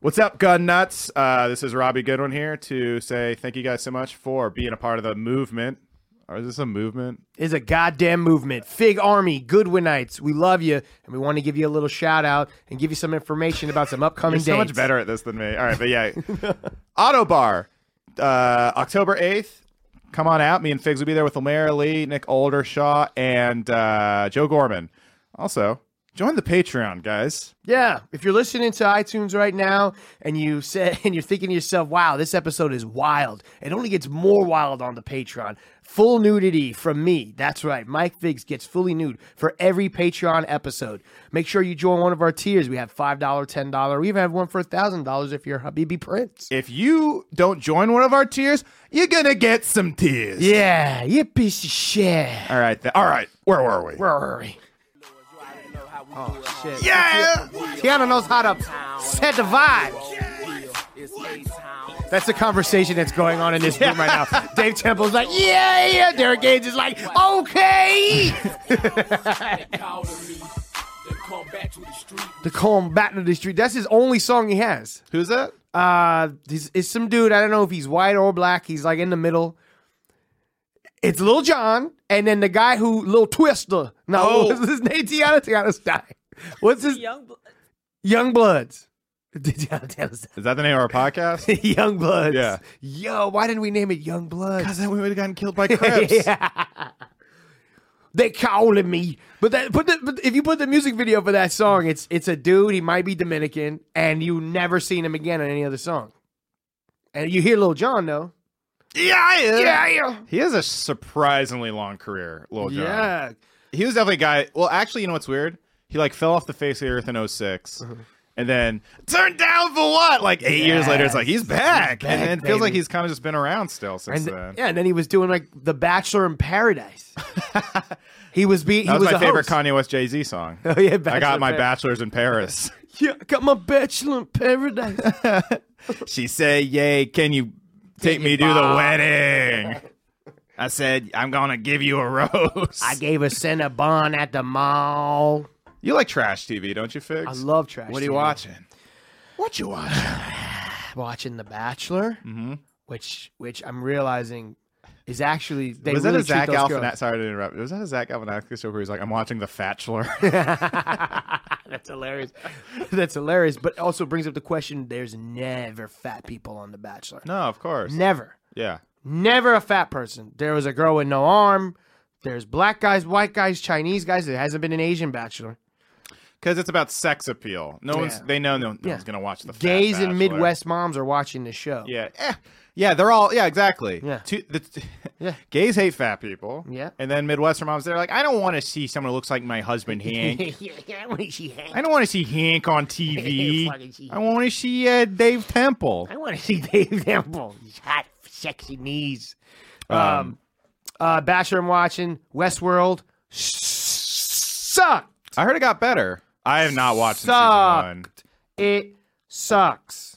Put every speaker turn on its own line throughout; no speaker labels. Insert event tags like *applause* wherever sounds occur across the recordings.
What's up, gun nuts? Uh, this is Robbie Goodwin here to say thank you guys so much for being a part of the movement. Or is this a movement?
is a goddamn movement. Fig Army, Goodwinites, we love you, and we want to give you a little shout out and give you some information about some upcoming
You're so much
dates.
better at this than me. All right, but yeah, *laughs* Auto Bar, uh, October eighth. Come on out. Me and Figs will be there with Lamara Lee, Nick Aldershaw, and uh, Joe Gorman. Also, join the Patreon, guys.
Yeah, if you're listening to iTunes right now and you said *laughs* and you're thinking to yourself, "Wow, this episode is wild." It only gets more wild on the Patreon. Full nudity from me. That's right. Mike Figs gets fully nude for every Patreon episode. Make sure you join one of our tiers. We have $5, $10. We even have one for $1,000 if you're Habibi Prince.
If you don't join one of our tiers, you're gonna get some tears.
Yeah, you piece of shit.
All right. Th- all right. Where were we?
Rory. Oh, shit.
yeah.
Tiana knows how to set the vibe. That's the conversation that's going on in this room right *laughs* now. Dave Temple's like, yeah, yeah. Derek Gaines is like, *laughs* okay. the calm back to the street. That's his only song he has.
Who's that?
Uh, he's, it's some dude. I don't know if he's white or black. He's like in the middle. It's Lil John, and then the guy who Lil Twister. No,
Oh.
*laughs* what's his name? Tiana Tiana Stein. What's his
Young bl-
Young Bloods? *laughs* Tiana Tiana Stein.
Is that the name of our podcast?
Young Bloods.
Yeah.
Yo, why didn't we name it Young Bloods?
Because then we would have gotten killed by
*laughs*
Crips.
They calling me, but that put the, but if you put the music video for that song, it's it's a dude. He might be Dominican, and you never seen him again on any other song. And you hear Lil John though.
yeah,
yeah,
He has a surprisingly long career, Lil Jon.
yeah.
he was definitely a guy. Well, actually, you know what's weird? He like fell off the face of the earth in 6
Uh-huh.
and then turned down for what? Like eight years later, it's like he's back, and then it feels like
baby.
he's kind of just been around still since
And th-
then.
yeah, and then he was doing like The Bachelor
*laughs*
in Paradise. he was be he
That was,
a
my favorite
host.
Kanye West Jay Z song.
*laughs* Oh, yeah,
I
Bachelor
got
in
my
Par-
bachelor's in
*laughs*
Paris.
Yeah, I got my Bachelor in Paradise.
she said, "Yay, can you take me to the wedding?" I said, "I'm gonna give you a rose."
*laughs* I gave a Cinnabon at the mall.
you like trash TV, don't you, Figs?
I love trash.
What are you
TV.
watching? What you watching?
Watching The Bachelor, mm-hmm. which which I'm realizing is actually they
was that
really
a Zach
treat those girls- *laughs*
Galifianakis? Sorry to interrupt. Was that a Zach Galifianakis show where he's like, "I'm watching The
*laughs*
Bachelor"?
That's hilarious. *laughs* That's hilarious, but also brings up the question: There's never fat people on The Bachelor.
no, of course.
Never.
yeah,
never a fat person. There was a girl with no arm. There's black guys, white guys, Chinese guys. There hasn't been an Asian bachelor.
because it's about sex appeal. No one's.
Yeah.
They know no, no
Yeah.
one's gonna watch the Fat
Gays
Bachelor.
and Midwest moms are watching the show.
Yeah, eh. yeah, they're all. Yeah, exactly.
Yeah.
Two, the,
*laughs* Yeah.
*laughs* Gays hate fat people.
Yeah.
And then Midwestern moms, they're like, I don't want to see someone who looks like my
*laughs*
husband Hank.
when she hangs.
I don't want to see Hank on TV.
*laughs* Fucking see-
I want to see uh, Dave Temple.
I want to *laughs* see Dave Temple. He's hot, sexy knees. Um, uh, Bachelor, I'm watching Westworld. Suck.
I heard it got better. I have not watched since
Sucked.
season one.
It sucks.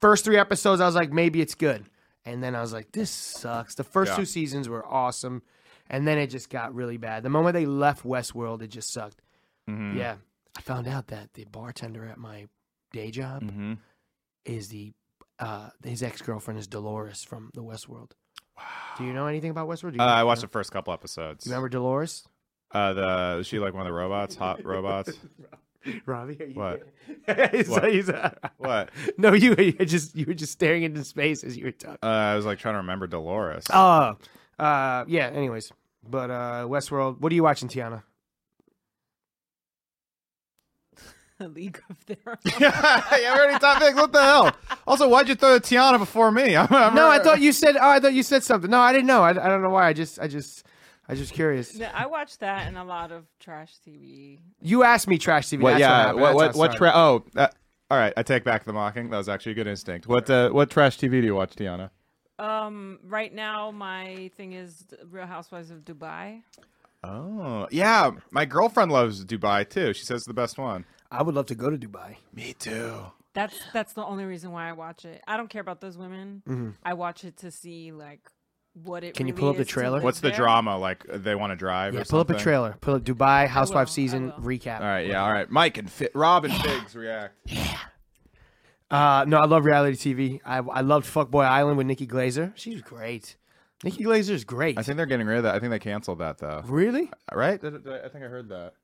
First three episodes, I was like, maybe it's good. And then I was like, this sucks. The first
Yeah.
two seasons were awesome. And then it just got really bad. The moment they left Westworld, it just sucked.
Mm. Mm-hmm.
Yeah. I found out that the bartender at my day job
Mhm.
is the uh, his ex girlfriend is Dolores from the Westworld. Do you know anything about Westworld? Do you
Uh, I
know-
watched the first couple episodes.
You remember Dolores?
Uh, the was she like one of the robots, hot robots?
*laughs* Robbie, are you
What?
*laughs* He's-
What?
he's- uh,
What?
No, you were just you were just staring into space as you were talking.
Uh, I was like trying to remember Dolores.
Oh, uh, yeah. Anyways, but uh, Westworld. What are you watching, Tiana?
*laughs* a league of their own.
*laughs* yeah, we already top picks. What the hell? Also, why'd you throw Tiana before me? *laughs* I'm, I'm-
No, I thought you said. Oh, I thought you said something. No, I didn't know. I, I don't know why. I just, I just, I just curious.
No, I watch that and a lot of trash TV.
You asked me trash TV.
What,
That's
yeah.
What? happened.
What? What?
That's
what
outside.
tra- oh, uh, all right. I take back the mocking. That was actually a good instinct. What? Uh, what trash TV do you watch, Tiana?
Um, right now my thing is th- Real Housewives of Dubai.
Oh, yeah. My girlfriend loves Dubai too. She says it's the best one.
I would love to go to Dubai.
Me too.
That's that's the only reason why I watch it. I don't care about those women. I watch it to see like what it.
Mm-hmm. Can you
really
pull up the
is to
trailer?
live
What's the
there.
drama like? They want to drive.
Yeah,
or
pull up a
something?
trailer. Pull up Dubai Housewife
I
season
will.
recap.
All right. Yeah. All right. Mike and Fi- Rob and Figs react.
Uh, no, I love reality TV. I, I loved Fuckboy Island with Nikki Glazer. She's great. Nikki Glazer is great.
I think they're getting rid of that. I think they canceled that though.
really?
Right? Did- did I I think I heard that.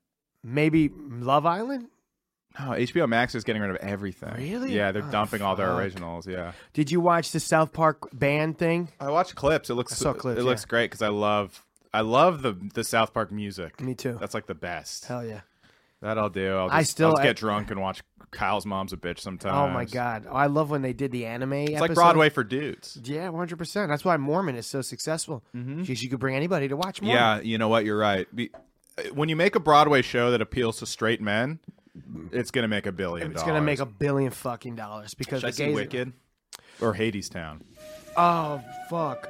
Maybe Love Island?
No, HBO Max is getting rid of everything.
Really?
Yeah, they're
Oh,
dumping all their
fuck.
originals. Yeah.
Did you watch the South Park band thing?
I watched clips. It looks.
I saw clips,
It looks
yeah.
great because I love. I love the the South Park music.
Me too.
That's like the best.
Hell yeah.
That I'll do. I'll just,
I still-
I'll just
I-
get drunk and watch Kyle's mom's a bitch sometimes.
Oh my god. Oh, I love when they did the anime.
It's like Broadway for dudes.
Yeah, 100%. That's why Mormon is so successful. Because you could bring anybody to watch Mormon.
Mm-hmm. Yeah, you know what? You're right. Be- when you make a Broadway show that appeals to straight men, it's gonna make a billion.
It's going to make a
dollars.
billion fucking dollars because
Should I
the
see
gays-
Wicked or Hades Town.
Oh, fuck.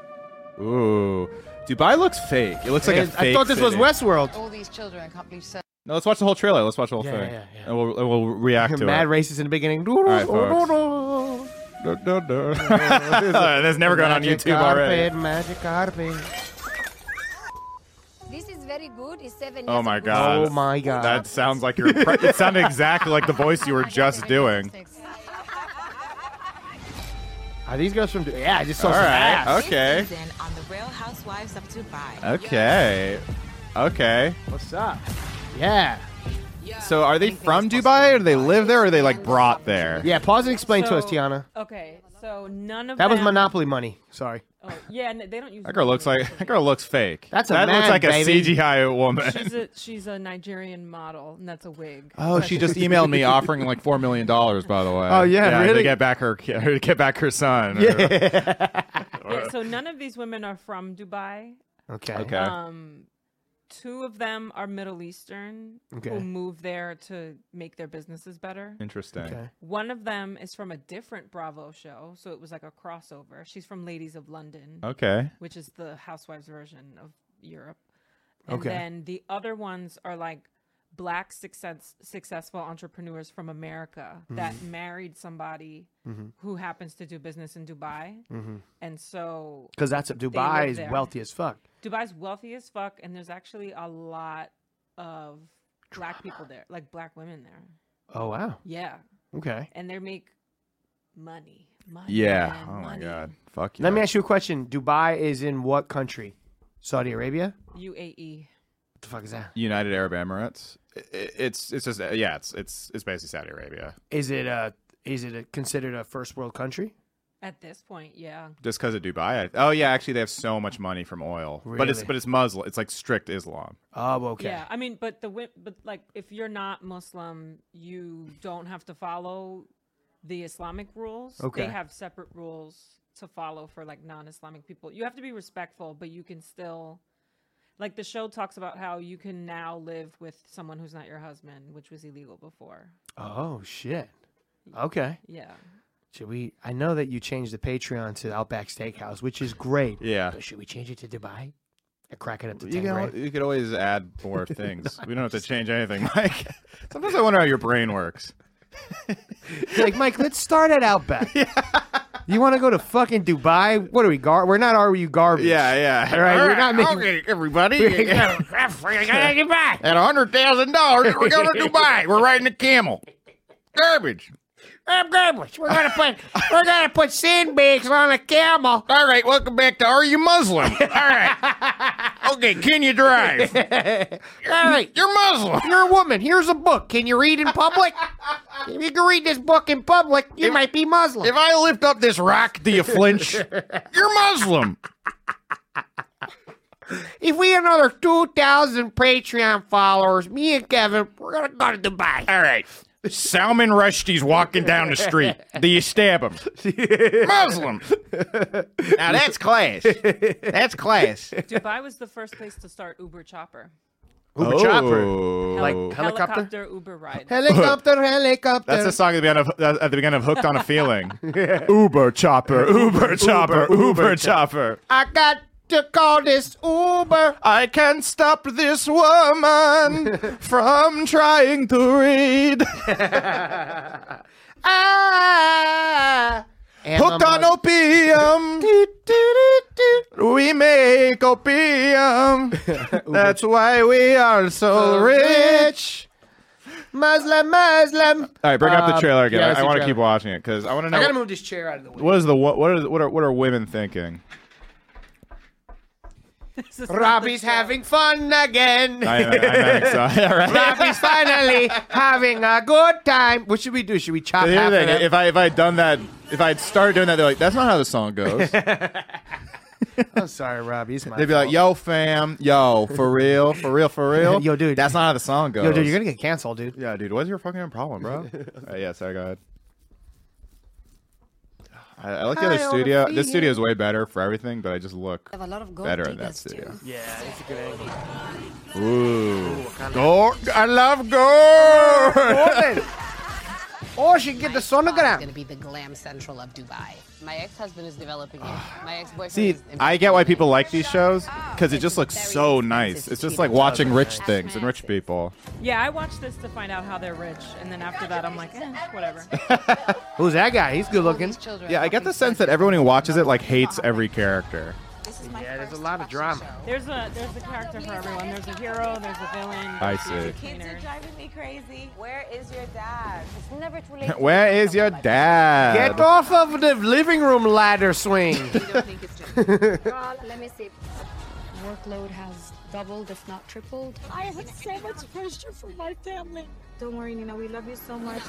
Ooh, Dubai looks fake. It looks like a
And I
fake.
thought this was
city.
Westworld.
all these children. I can't believe so.
No, let's watch the whole trailer. Let's watch the whole
Yeah,
thing,
yeah, yeah.
and we'll, and we'll react to
Mad
it.
racist in the beginning.
right,
*laughs*
folks. *laughs* Du- du- du. That's *laughs* never gone on Uh,
Magic
YouTube already.
carpet, Magic carpet.
This is very good. It's seven
Oh
years
my
old.
god!
Oh my god.
That sounds like your. Impre- it sounded exactly like the voice
*laughs*
you were just doing.
Are these girls from. Yeah, I just saw
All
some
right.
ass.
Okay.
Season on the Real Housewives of Dubai.
Okay. Okay.
What's up? Yeah.
So are they from Dubai, or do they live there, or are they like brought there?
Yeah, pause and explain to us,
So-
Tiana.
Okay, so none of
That was
them-
Monopoly money. Sorry.
Oh, yeah, n- they don't use
That girl looks like *laughs* that girl looks fake.
That's a
that looks
man,
like
baby.
a CGI woman.
*laughs*
She's a, she's a Nigerian model, and that's a wig.
Oh, she
*laughs*
just emailed me offering like four million dollars. By the way.
Oh, yeah, really?
To get back her, to get back her son. or-
Yeah, so none of these women are from Dubai.
Okay.
Okay.
Um, two of them are Middle Eastern
Okay.
who moved there to make their businesses better.
Interesting.
Okay.
One of them is from a different Bravo show, so it was like a crossover. She's from Ladies of London,
Oh.
Okay.
which is the Housewives version of Europe. And
Okay.
then the other ones are like black success, successful entrepreneurs from America
Mm-hmm.
that married somebody who happens to do business in Dubai.
Mm-hmm.
And so
Because that's
live
Dubai is
there.
wealthy as fuck.
Dubai's wealthy as fuck, and there's actually a lot of black people there, like black women there.
Oh wow.
Yeah,
Okay.
and they make money. money
Yeah.
man,
Oh my
money.
god. Fuck you.
Let me ask you a question. Dubai is in what country? Saudi Arabia.
UAE.
What the fuck is that?
United Arab Emirates. I- I- It's it's just yeah. It's it's it's basically Saudi Arabia.
Is it a is it a, considered a first world country?
At this point, yeah.
Just because of Dubai. I- oh yeah. Actually, they have so much money from oil. But it's
Really?
but it's Muslim. It's like strict Islam.
Oh, okay.
Yeah, I mean, but the wi- but like if you're not Muslim, you don't have to follow the Islamic rules.
Okay.
They have separate rules to follow for like non-Islamic people. You have to be respectful, but you can still like the show talks about how you can now live with someone who's not your husband, which was illegal before.
Oh shit. Okay. *laughs*
Yeah.
Should we? I know that you changed the Patreon to Outback Steakhouse, which is great.
Yeah.
But should we change it to Dubai? And crack it up to
You
ten
can al-
grand.
you could always add
*laughs*
more things. we don't have to change anything, Mike. Sometimes I wonder how your brain works.
like Mike, let's start
*laughs*
at Outback. You want to go to fucking Dubai? What are we gar? We're not are you garbage?
Yeah, yeah.
All right, we're not making-
okay, *laughs* everybody.
Get back.
At hundred thousand dollars, we're going to *laughs* Dubai. We're riding a camel. Garbage.
I'm garbage. We're gonna put we're gonna put sandbags on a camel.
All right, welcome back to Are You Muslim? All right. *laughs* Okay, can you drive?
All right,
You're Muslim.
you're a woman. Here's a book. Can you read in public? If you can read this book in public, you might be Muslim.
If I lift up this rock, do you flinch? You're Muslim.
if we get another two thousand Patreon followers, me and Kevin, we're gonna go to Dubai.
All right. Salman Rushdie's walking down the street. Do you stab him? Muslim. Now that's class. That's *laughs* class.
Dubai was the first place to start Uber Chopper.
Uber
Oh.
chopper.
Like
Like helicopter?
Uber ride.
Helicopter, helicopter.
that's the song at the, end of, at the beginning of Hooked on a *laughs* Feeling. Uber chopper, Uber chopper, Uber, chopper.
I got to call this Uber.
I can't stop this
*laughs*
woman from trying to read.
Ah. And
Hooked
I'm
on
*laughs*
opium. We make
*laughs*
opium. That's why we are so rich.
Muslim, Muslim.
All right, bring up the
Uh,
trailer again.
yeah,
I-
let's
I,
see
want to
trailer.
keep watching it because I want to
I gotta
know
move this chair out of the way.
what is the what what are what are what are women thinking?
This is not the
Robbie's
show.
having fun again.
I, am
*laughs*
I'm excited. *laughs* All right. *laughs*
Robbie's finally having a good time. What should we do? Should we chop
The
half
other
of
thing,
that?
if I if I'd done that, if I'd started doing that, they're like, "That's not how the song goes."
*laughs* I'm sorry, Robbie. It's my
They'd be like,
fault.
"Yo, fam, yo, for real, for real, for real,
*laughs* Yo, dude.
that's not how the song goes."
Yo, dude, you're gonna get canceled, dude.
yeah, dude, what's your fucking problem,
*laughs*
bro? All right, yeah, sorry, go ahead. I, I like the other
Hi,
studio.
Olafia.
This studio is way better for everything, but I just look
have a lot of gold
better in that
diggers,
studio.
too.
Yeah, it's a good angle.
Ooh, gore! I love gore.
Morning. Or she can get the
It's going
sonogram.
to be the glam central of Dubai. My ex-husband is developing it.
*sighs*
My ex-boyfriend
See,
is
I get why people like these shows because it just looks so nice. It's just like watching rich things and rich people.
Yeah, I watched this to find out how they're rich, and then after that, I'm like, eh, whatever.
Who's that guy? He's good looking.
Yeah, I get the sense that everyone who watches it like hates every character. *laughs*
Yeah, there's a lot of drama.
There's a there's a character for everyone. There's a hero. There's a villain.
I
there's a
see.
Kids
cleaner.
are driving me crazy. Where is your dad?
It's never too late. to
Where
do
is your
something like that.
dad?
Get off of Uh, the living room ladder swing.
Girl, let me see.
workload has doubled, if not tripled.
I have so much pressure for my family. Don't worry, Nina. We love you so much.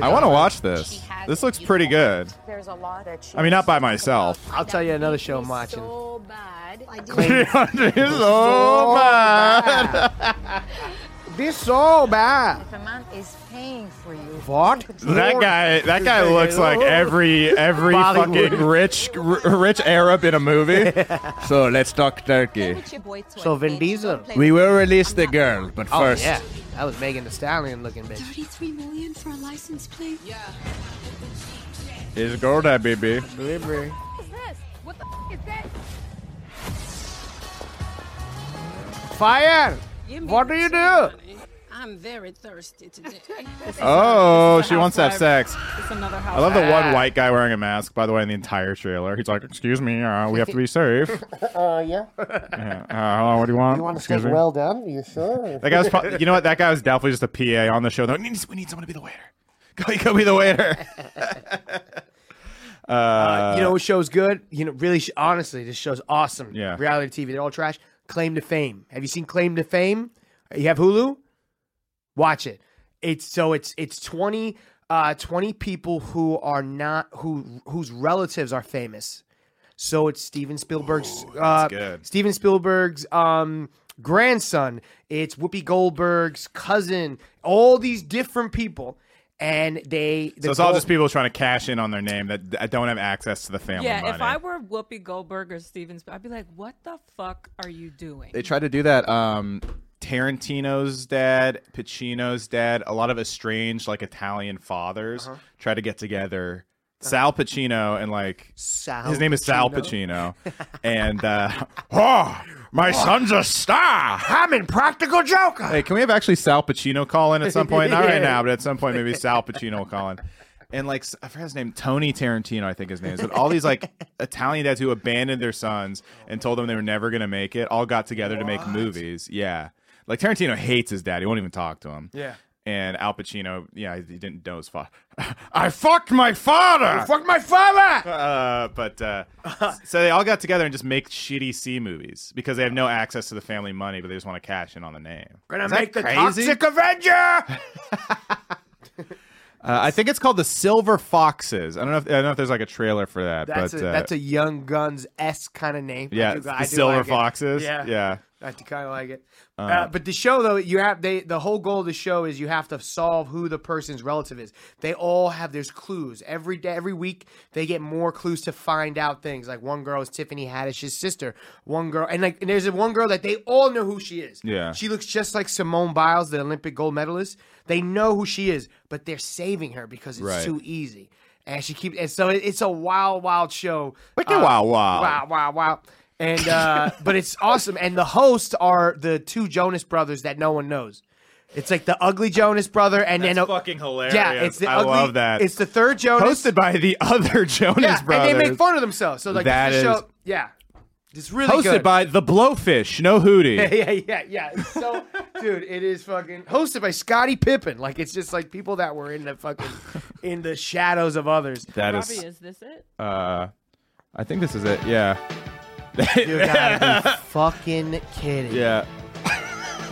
I want to watch this. This looks pretty good.
There's a lot that she
I mean, not by myself.
*laughs* I'll tell you another show I'm watching.
So bad. I
*laughs*
didn't
so bad.
This so bad.
If a man is paying for you,
What?
That guy, that guy looks like every every
Bollywood.
fucking rich r- rich Arab in a
*laughs*
movie. So let's talk turkey.
Put your boy to
So
it,
Vin
bitch.
Diesel.
Don't play
We
with
will release the girl, but
Oh
first,
yeah, that was Megan the Stallion looking bitch.
33 million for a license plate.
is girl that baby?
Delivery.
What is this? What the f- is that?
Fire! What do you do?
I'm very thirsty today.
Oh, she wants to have sex.
It's another house.
I love the
Ah.
one white guy wearing a mask, by the way, in the entire trailer. He's like, "Excuse me, uh, we have to be
*laughs*
safe."
Oh yeah.
*laughs* Yeah. Uh, hello, what do you want? Excuse me.
done? You sure?
*laughs* That guy was, pro- you know what? That guy was definitely just a PA on the show. Though we need, we need someone to be the waiter. *laughs* Go, go be the waiter. *laughs* Uh,
Uh,
you know what show's good? You know, really, sh- honestly, this show's awesome.
Yeah.
Reality TV, they're all trash. Claim to Fame. Have you seen Claim to Fame? You have Hulu? Watch it. It's so it's it's 20 uh 20 people who are not who whose relatives are famous. So it's Steven Spielberg's uh
good.
Steven Spielberg's um grandson, it's Whoopi Goldberg's cousin, all these different people and they the
so it's all
goal-
just people trying to cash in on their name that that don't have access to the family
Yeah,
money.
if I were Whoopi Goldberg or Stevens, I'd be like, what the fuck are you doing?
they tried to do that. Um, Tarantino's dad, Pacino's dad, a lot of estranged like Italian fathers try to get together. Sal Pacino and like
Sal
his name is Sal Pacino, and uh, *laughs* oh, my son's a star. *laughs*
I'm in Practical Joker.
Hey, can we have actually Sal Pacino call in at some point? Not
Yeah.
right now, but at some point, maybe Sal Pacino will call in. And like, I forgot his name, Tony Tarantino, I think his name is. But all these like Italian dads who abandoned their sons and told them they were never going to make it all got together to make movies. Yeah. Like Tarantino hates his dad. He won't even talk to him.
Yeah.
And Al Pacino, yeah, he didn't know his father. *laughs* I fucked my father.
Fuck my father!
Uh, but
*laughs*
uh, so they all got together and just make shitty C movies because they have no access to the family money, but they just want to cash in on the name.
Gonna
Is that
make the
crazy?
Toxic Avenger!
*laughs* Uh, I think it's called the Silver Foxes. I don't know. If, I don't know if there's like a trailer for that,
That's,
but
a,
uh,
that's a Young Guns s kind of name. I
yeah,
do-
it's
I
the
do
Silver
like it.
Foxes.
Yeah,
yeah.
I kind of like it. Uh, but the show though, you have they the whole goal of the show is you have to solve who the person's relative is. They all have there's clues every day, every week. They get more clues to find out things. Like one girl is Tiffany Haddish's sister. One girl, and like and there's one girl that they all know who she is.
Yeah.
she looks just like Simone Biles, the Olympic gold medalist. They know who she is, but they're saving her because it's
Right.
too easy. And she keeps and so it- it's a wild, wild show.
Wicked wild, wild.
Wow, wow, wow. And uh, *laughs* but it's awesome. And the hosts are the two Jonas brothers that no one knows. It's like the ugly Jonas brother, and then a-
hilarious.
yeah, it's the
I
ugly.
love that.
It's the third Jonas.
hosted by the *laughs* other Jonas
Oh, yeah,
Brothers.
and they make fun of themselves. So like
That
the
is-
show, yeah. It's really
Hosted
good.
by the Blowfish, no Hootie.
*laughs* yeah, yeah, yeah. It's so, *laughs* dude, it is fucking hosted by Scottie Pippen. Like it's just like people that were in the fucking in the shadows of others.
That
Robbie,
is,
is this it?
uh, I think this is it. Yeah.
You gotta be fucking
*laughs*
kidding.
yeah.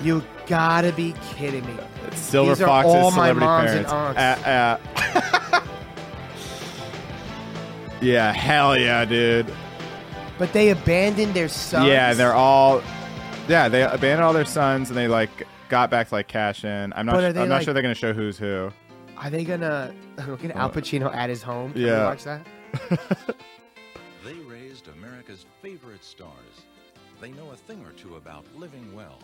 You gotta be kidding me.
It's Silver
These are
Fox's
all my
celebrity
moms and
parents.
aunts.
Uh, *laughs* uh. yeah, hell yeah, dude.
But they abandoned their sons.
Yeah, they're all. Yeah, they abandoned all their sons and they like got back to like cash in. I'm not.
But are
su-
they,
I'm not
like-
sure they're gonna show who's who.
Are they gonna *laughs* look at Al Pacino at his home? Can we
Yeah.
watch that.
They raised America's favorite stars. They know a thing or two about living well,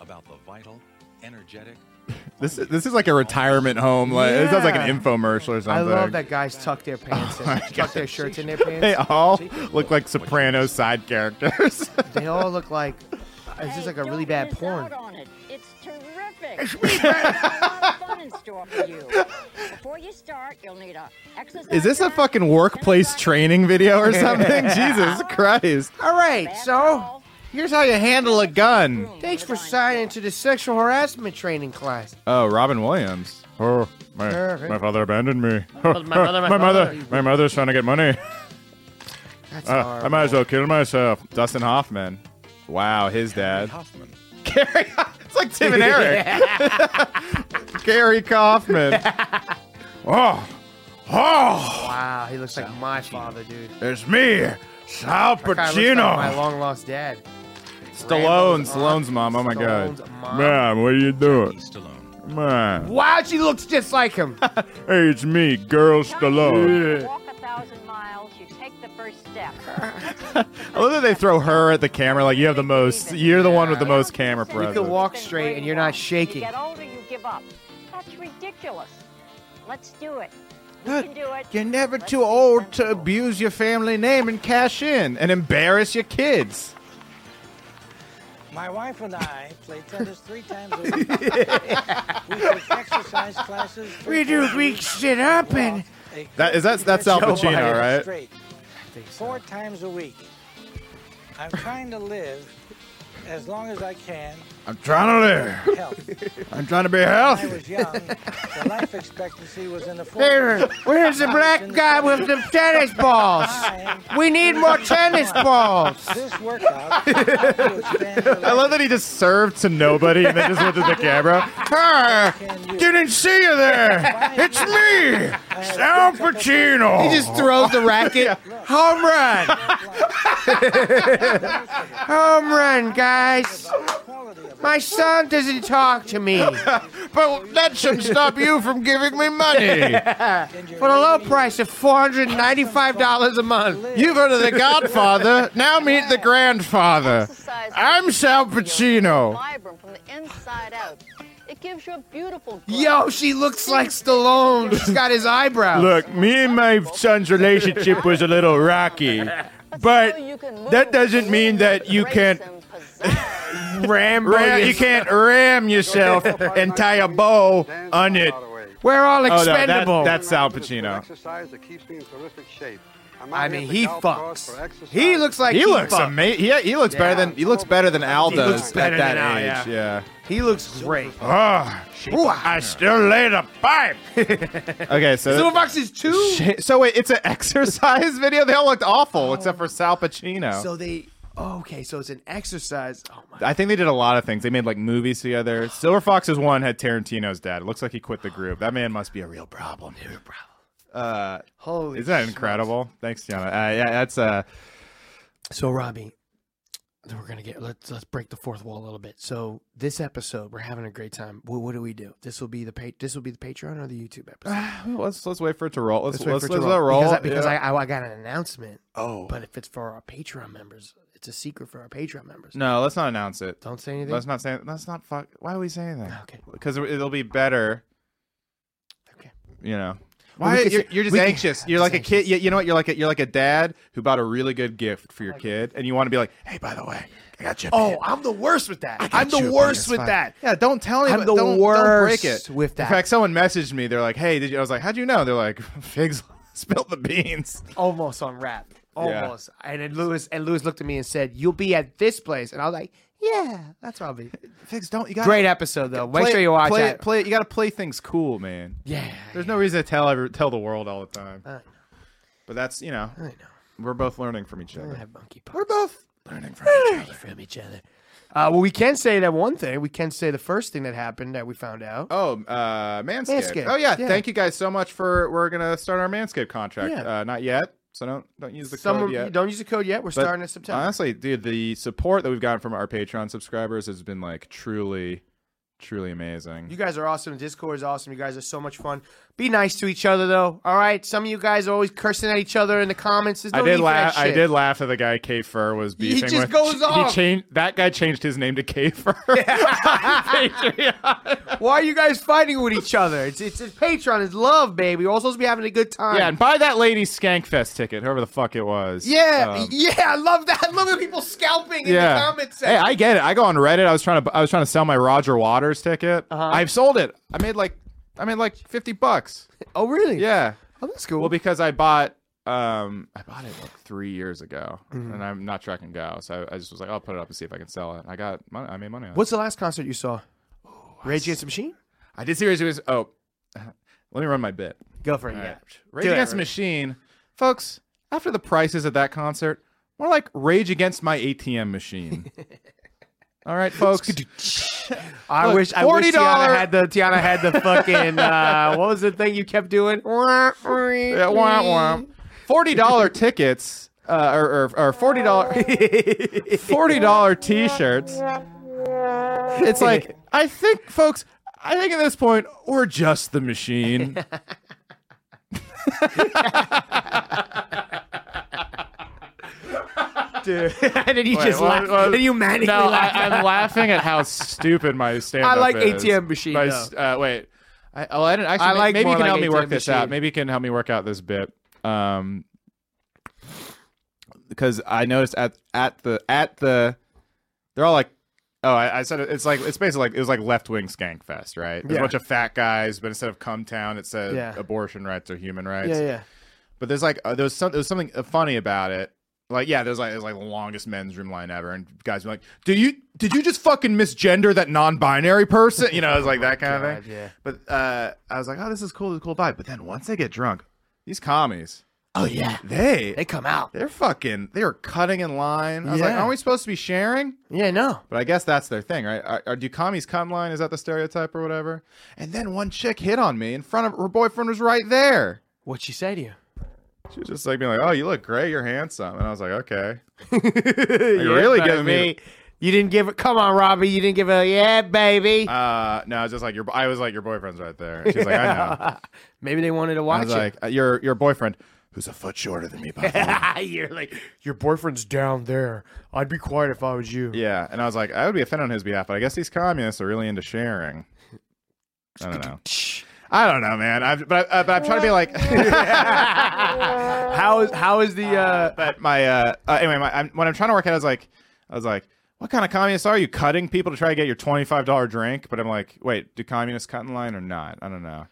about the vital, energetic.
*laughs* This is, this is like a retirement home. Like it sounds like
Yeah.
an infomercial or something.
I love that guys tuck
*laughs*
their pants
Oh my
in, tuck their
God.
shirts in their
*laughs* They
pants.
all look like Sopranos side characters. *laughs*
they all look like it's just like a really bad porn.
on it. It's terrific. We've got a lot of fun in store for you. Before you start, you'll need a exercise.
Is this a
band,
fucking workplace
demographic-
training video
*laughs*
or something? *laughs* Jesus Christ.
All right, so
Here's how you handle a gun.
thanks for signing to the sexual harassment training class.
Oh, Robin Williams. Oh, my,
Perfect.
my father abandoned me.
mother- *laughs* my
my mother,
father-
my mother's trying to get
*laughs*
money.
That's
Uh, I
horrible.
might as well kill myself. Dustin Hoffman. Wow, his dad.
Huffman.
Gary, it's like Tim and
*laughs*
Eric. Gary
*laughs*
Kaufman. oh, oh,
Wow, he looks like my father, dude.
it's me, Sal
Kinda looks like my long lost dad.
Stallone,
Rambo's
Stallone's
mom.
mom. Oh my god.
Stallone's mom.
Man, what are you doing?
East alone.
Man.
Wow, she looks just like
*laughs*
him.
Hey, it's me, Girl Stallone.
Walk a thousand miles, you take the first
*laughs*
step.
I love that they throw her at the camera like you have the most. You're the one with the most camera
You
presence.
can walk straight and you're not
You
shaking.
get older, you give up. That's ridiculous. Let's do it. We
Look,
can do it.
You're never
Let's
too
be
old to
sensible.
abuse your family name and cash in and embarrass your kids.
My wife and I play tennis three times a
*laughs*
week. we take exercise classes. three
We do
times a
Greek
week.
shit up
Walk
and.
a
That- is that- that's
*laughs*
Al
kilometer
Pacino, right?
Straight, four times a week. I'm trying to live as long as I can.
I'm trying to live.
Health. When
I'm trying to be
I
healthy.
was young, the life expectancy was in the 40s.
Peter, where's the black guy with the tennis balls? We need
*laughs*
more tennis
Oh.
balls. *laughs*
This workout. will expand your
I
life
love that he just served to nobody and then just went to the camera. Hey, didn't see you there. It's me, Sal Pacino.
He just throws the racket.
*laughs*
Home run! Home run, guys!
quality of life.
My son doesn't talk to me.
*laughs* but that shouldn't stop you from giving me
*laughs*
money.
For the low price of $495 a month.
You've heard of *laughs* the Godfather. Now meet the grandfather.
*laughs* Exercise
I'm Sal Pacino.
Vibrant from the inside out. It gives you a beautiful glow.
Yo, she looks like Stallone. She's got his eyebrows.
Look, me and my son's relationship was a little rocky, but
*laughs* So you can move
that doesn't
with
mean that you
grace
can't
and
*laughs*
pizzazz.
Rambo.
ram, you
yes.
can't ram yourself and tie a bow on it.
We're all
Oh, no, that-
expendable.
that's Al Pacino.
Exercise that keeps me in terrific shape. I'm out
I
here
mean,
at the
he
golf course for
fucks.
exercise.
He looks like he,
He looks
fucks.
amazing. He, he looks better than he looks better than Al
He
does
looks better
at that
than Al,
age. Yeah.
He looks great.
Ooh, I still lay the pipe. *laughs* okay, so
Silver Fox is two.
Shit. So wait, it's an *laughs* exercise video. They all looked awful except for Sal Pacino.
So they. Oh, okay, so it's an exercise. Oh my.
I think they did a lot of things. They made like movies together. Silver Fox's one had Tarantino's dad. It looks like he quit the group. That man must be a real problem. Real problem. Uh,
Holy.
isn't that
smokes.
incredible? Thanks, Gianna. Uh, yeah, that's uh,
So Robbie, then we're gonna get let's let's break the fourth wall a little bit. So this episode, we're having a great time. What, what do we do? This will be the pa- this will be the Patreon or the YouTube episode.
let's let's wait for it to roll. Let's
Let's
Ah, let's,
wait
let's,
for it
let
to
it roll.
because, I, because
Yeah.
I, I I got an announcement.
oh
But if it's for our Patreon members, it's a secret for our Patreon members.
no, let's not announce it.
Don't say anything.
Let's not say. Let's not fuck. Why are we saying that?
Okay.
Because it'll be better.
Okay.
you know.
Well, we
Why
could
you're,
say-
you're just
we could-
anxious?
I'm
you're
just
like a kid. You, you know what? You're like a, you're like a dad who bought a really good gift for your kid, and you want to be like, "Hey, by the way, I got you." a
Oh,
pen."
I'm the worst with that.
I
I'm
got you a
the
pen.
worst
It's
with
fine."
that.
Yeah, don't tell anyone.
the
don't, don't break
worst
it.
with
In
that.
fact, someone messaged *laughs* me. They're like, "Hey, did you?" I was like, "How'd you know?" They're like, "Figs spilled the beans."
Almost on rap.
Yeah.
almost. And then Lewis and Lewis looked at me and said, "You'll be at this place," and I was like, "Yeah, that's where I'll be."
Figs, don't you *laughs* got
Great episode though. Make sure you watch
play,
that.
Play, you got to play things cool, man.
Yeah.
There's no reason to tell every, tell the world all the time.
I know.
But that's you know,
know.
we're both learning from each other.
I have monkeypox.
We're both learning from each other.
from each other. Uh, well, we can say that one thing. We can say the first thing that happened that we found out.
Oh, uh, Manscaped.
Manscaped,
Oh yeah.
yeah.
thank you guys so much for. We're gonna start our Manscaped contract.
Yeah.
Uh, not yet, so don't don't use the
Someone
code yet.
don't use the code yet. We're
But
starting in September.
Honestly, dude, the support that we've gotten from our Patreon subscribers has been like truly, truly amazing.
You guys are awesome. Discord is awesome. You guys are so much fun. Be nice to each other, though. All right. Some of you guys are always cursing at each other in the comments. There's no
I
need
did
for
laugh.
that
I
shit.
did laugh that the guy K Fur was beefing
just
with.
goes off.
He changed that guy changed his name to K
*laughs*
Fur. *laughs*
Why are you guys fighting with each other? It's it's, it's Patreon. It's love, baby. We're all supposed to be having a good time.
yeah, and buy that lady's Skankfest ticket, whoever the fuck it was.
yeah,
Um,
yeah. I love that. Look at people scalping in the
yeah.
comments
Hey,
section.
I get it. I go on Reddit. I was trying to. I was trying to sell my Roger Waters ticket.
Uh-huh.
I've sold it. I made like. I made like fifty bucks.
oh, really?
Yeah.
Oh, that's cool.
Well, because I bought um I bought it like three years ago,
Mm-hmm.
and I'm not tracking go, so I, I just was like, I'll put it up and see if I can sell it. And I got money. I made money. On it.
What's the last concert you saw? Rage Against the Machine.
I did series was oh, *laughs* let me run my bit.
Go for it. Yeah.
Alright. Rage
Do it.
Against the Machine, folks. After the prices at that concert, more like Rage Against my ATM
*laughs*
machine. All right, folks.
I
Look,
wish I wish
$40
Tiana had the Tiana had the fucking *laughs* uh, what was the thing you kept *laughs* doing?
Yeah, *laughs* wah, wah. Forty dollar tickets, uh, or, or, or forty dollar, *laughs* forty dollar t-shirts. It's like I think, folks. I think at this point we're just the machine.
*laughs* Dude. *laughs* and then you
Wait,
just
what-
laugh.
what-
then you manically
no,
laugh.
I, I'm laughing at how stupid my stand.
I like ATM machine,
My s- uh, wait, I, oh, I didn't actually.
I
ma-
like
maybe you
more
can
like
help me work
ATM
this
machine.
out. Maybe you can help me work out this bit. Um, because I noticed at at the at the, they're all like. Oh, I, I said it- it's like it's basically like it was like left wing skank fest, right? There's
Yeah.
a bunch of fat guys, but instead of cum town, it said
Yeah.
abortion rights or human rights
yeah, yeah.
but there's like uh, there was some there was something funny about it. Like yeah, there's like there's like the longest men's room line ever, and guys were like, "Do you did you just fucking misgender that non-binary person?" You know, it was
*laughs*
like that kind of
Oh God,
thing.
yeah.
But uh, I was like, "Oh, this is cool, this is a cool vibe." But then once they get drunk, these commies,
Oh yeah.
they,
They come out.
they're fucking they are cutting in line. I was like,
Yeah.
"Aren't we supposed to be sharing?"
Yeah, no.
But I guess that's their thing, right? Are, are do commies come line? Is that the stereotype or whatever? And then one chick hit on me in front of her boyfriend was right there.
What'd she say to you?
She was just like being like, "Oh, you look great. You're handsome," and I was like, "Okay."
*laughs*
really
Yeah,
giving me-
You didn't give a come on, Robbie. You didn't give a yeah, baby.
Uh, no, I was just like your. I was like, "Your boyfriend's right there." And she's like, "I know."
Maybe they wanted to
I
watch
was like, uh, "Your your boyfriend, who's a foot shorter than me by
*laughs*
four."
it. You're like, your boyfriend's down there. I'd be quiet if I was you.
yeah, and I was like, "I would be offended on his behalf," but I guess these communists are really into sharing. I don't know. I don't know, man. I've, but, I, uh, but I'm trying to be like. *laughs*
How is how is the uh
but my uh, uh anyway, my, I'm, what I'm trying to work out is like, I was like, what kind of communists are you cutting people to try to get your twenty five dollar drink? But I'm like, wait, do communists cut in line or not? I don't know.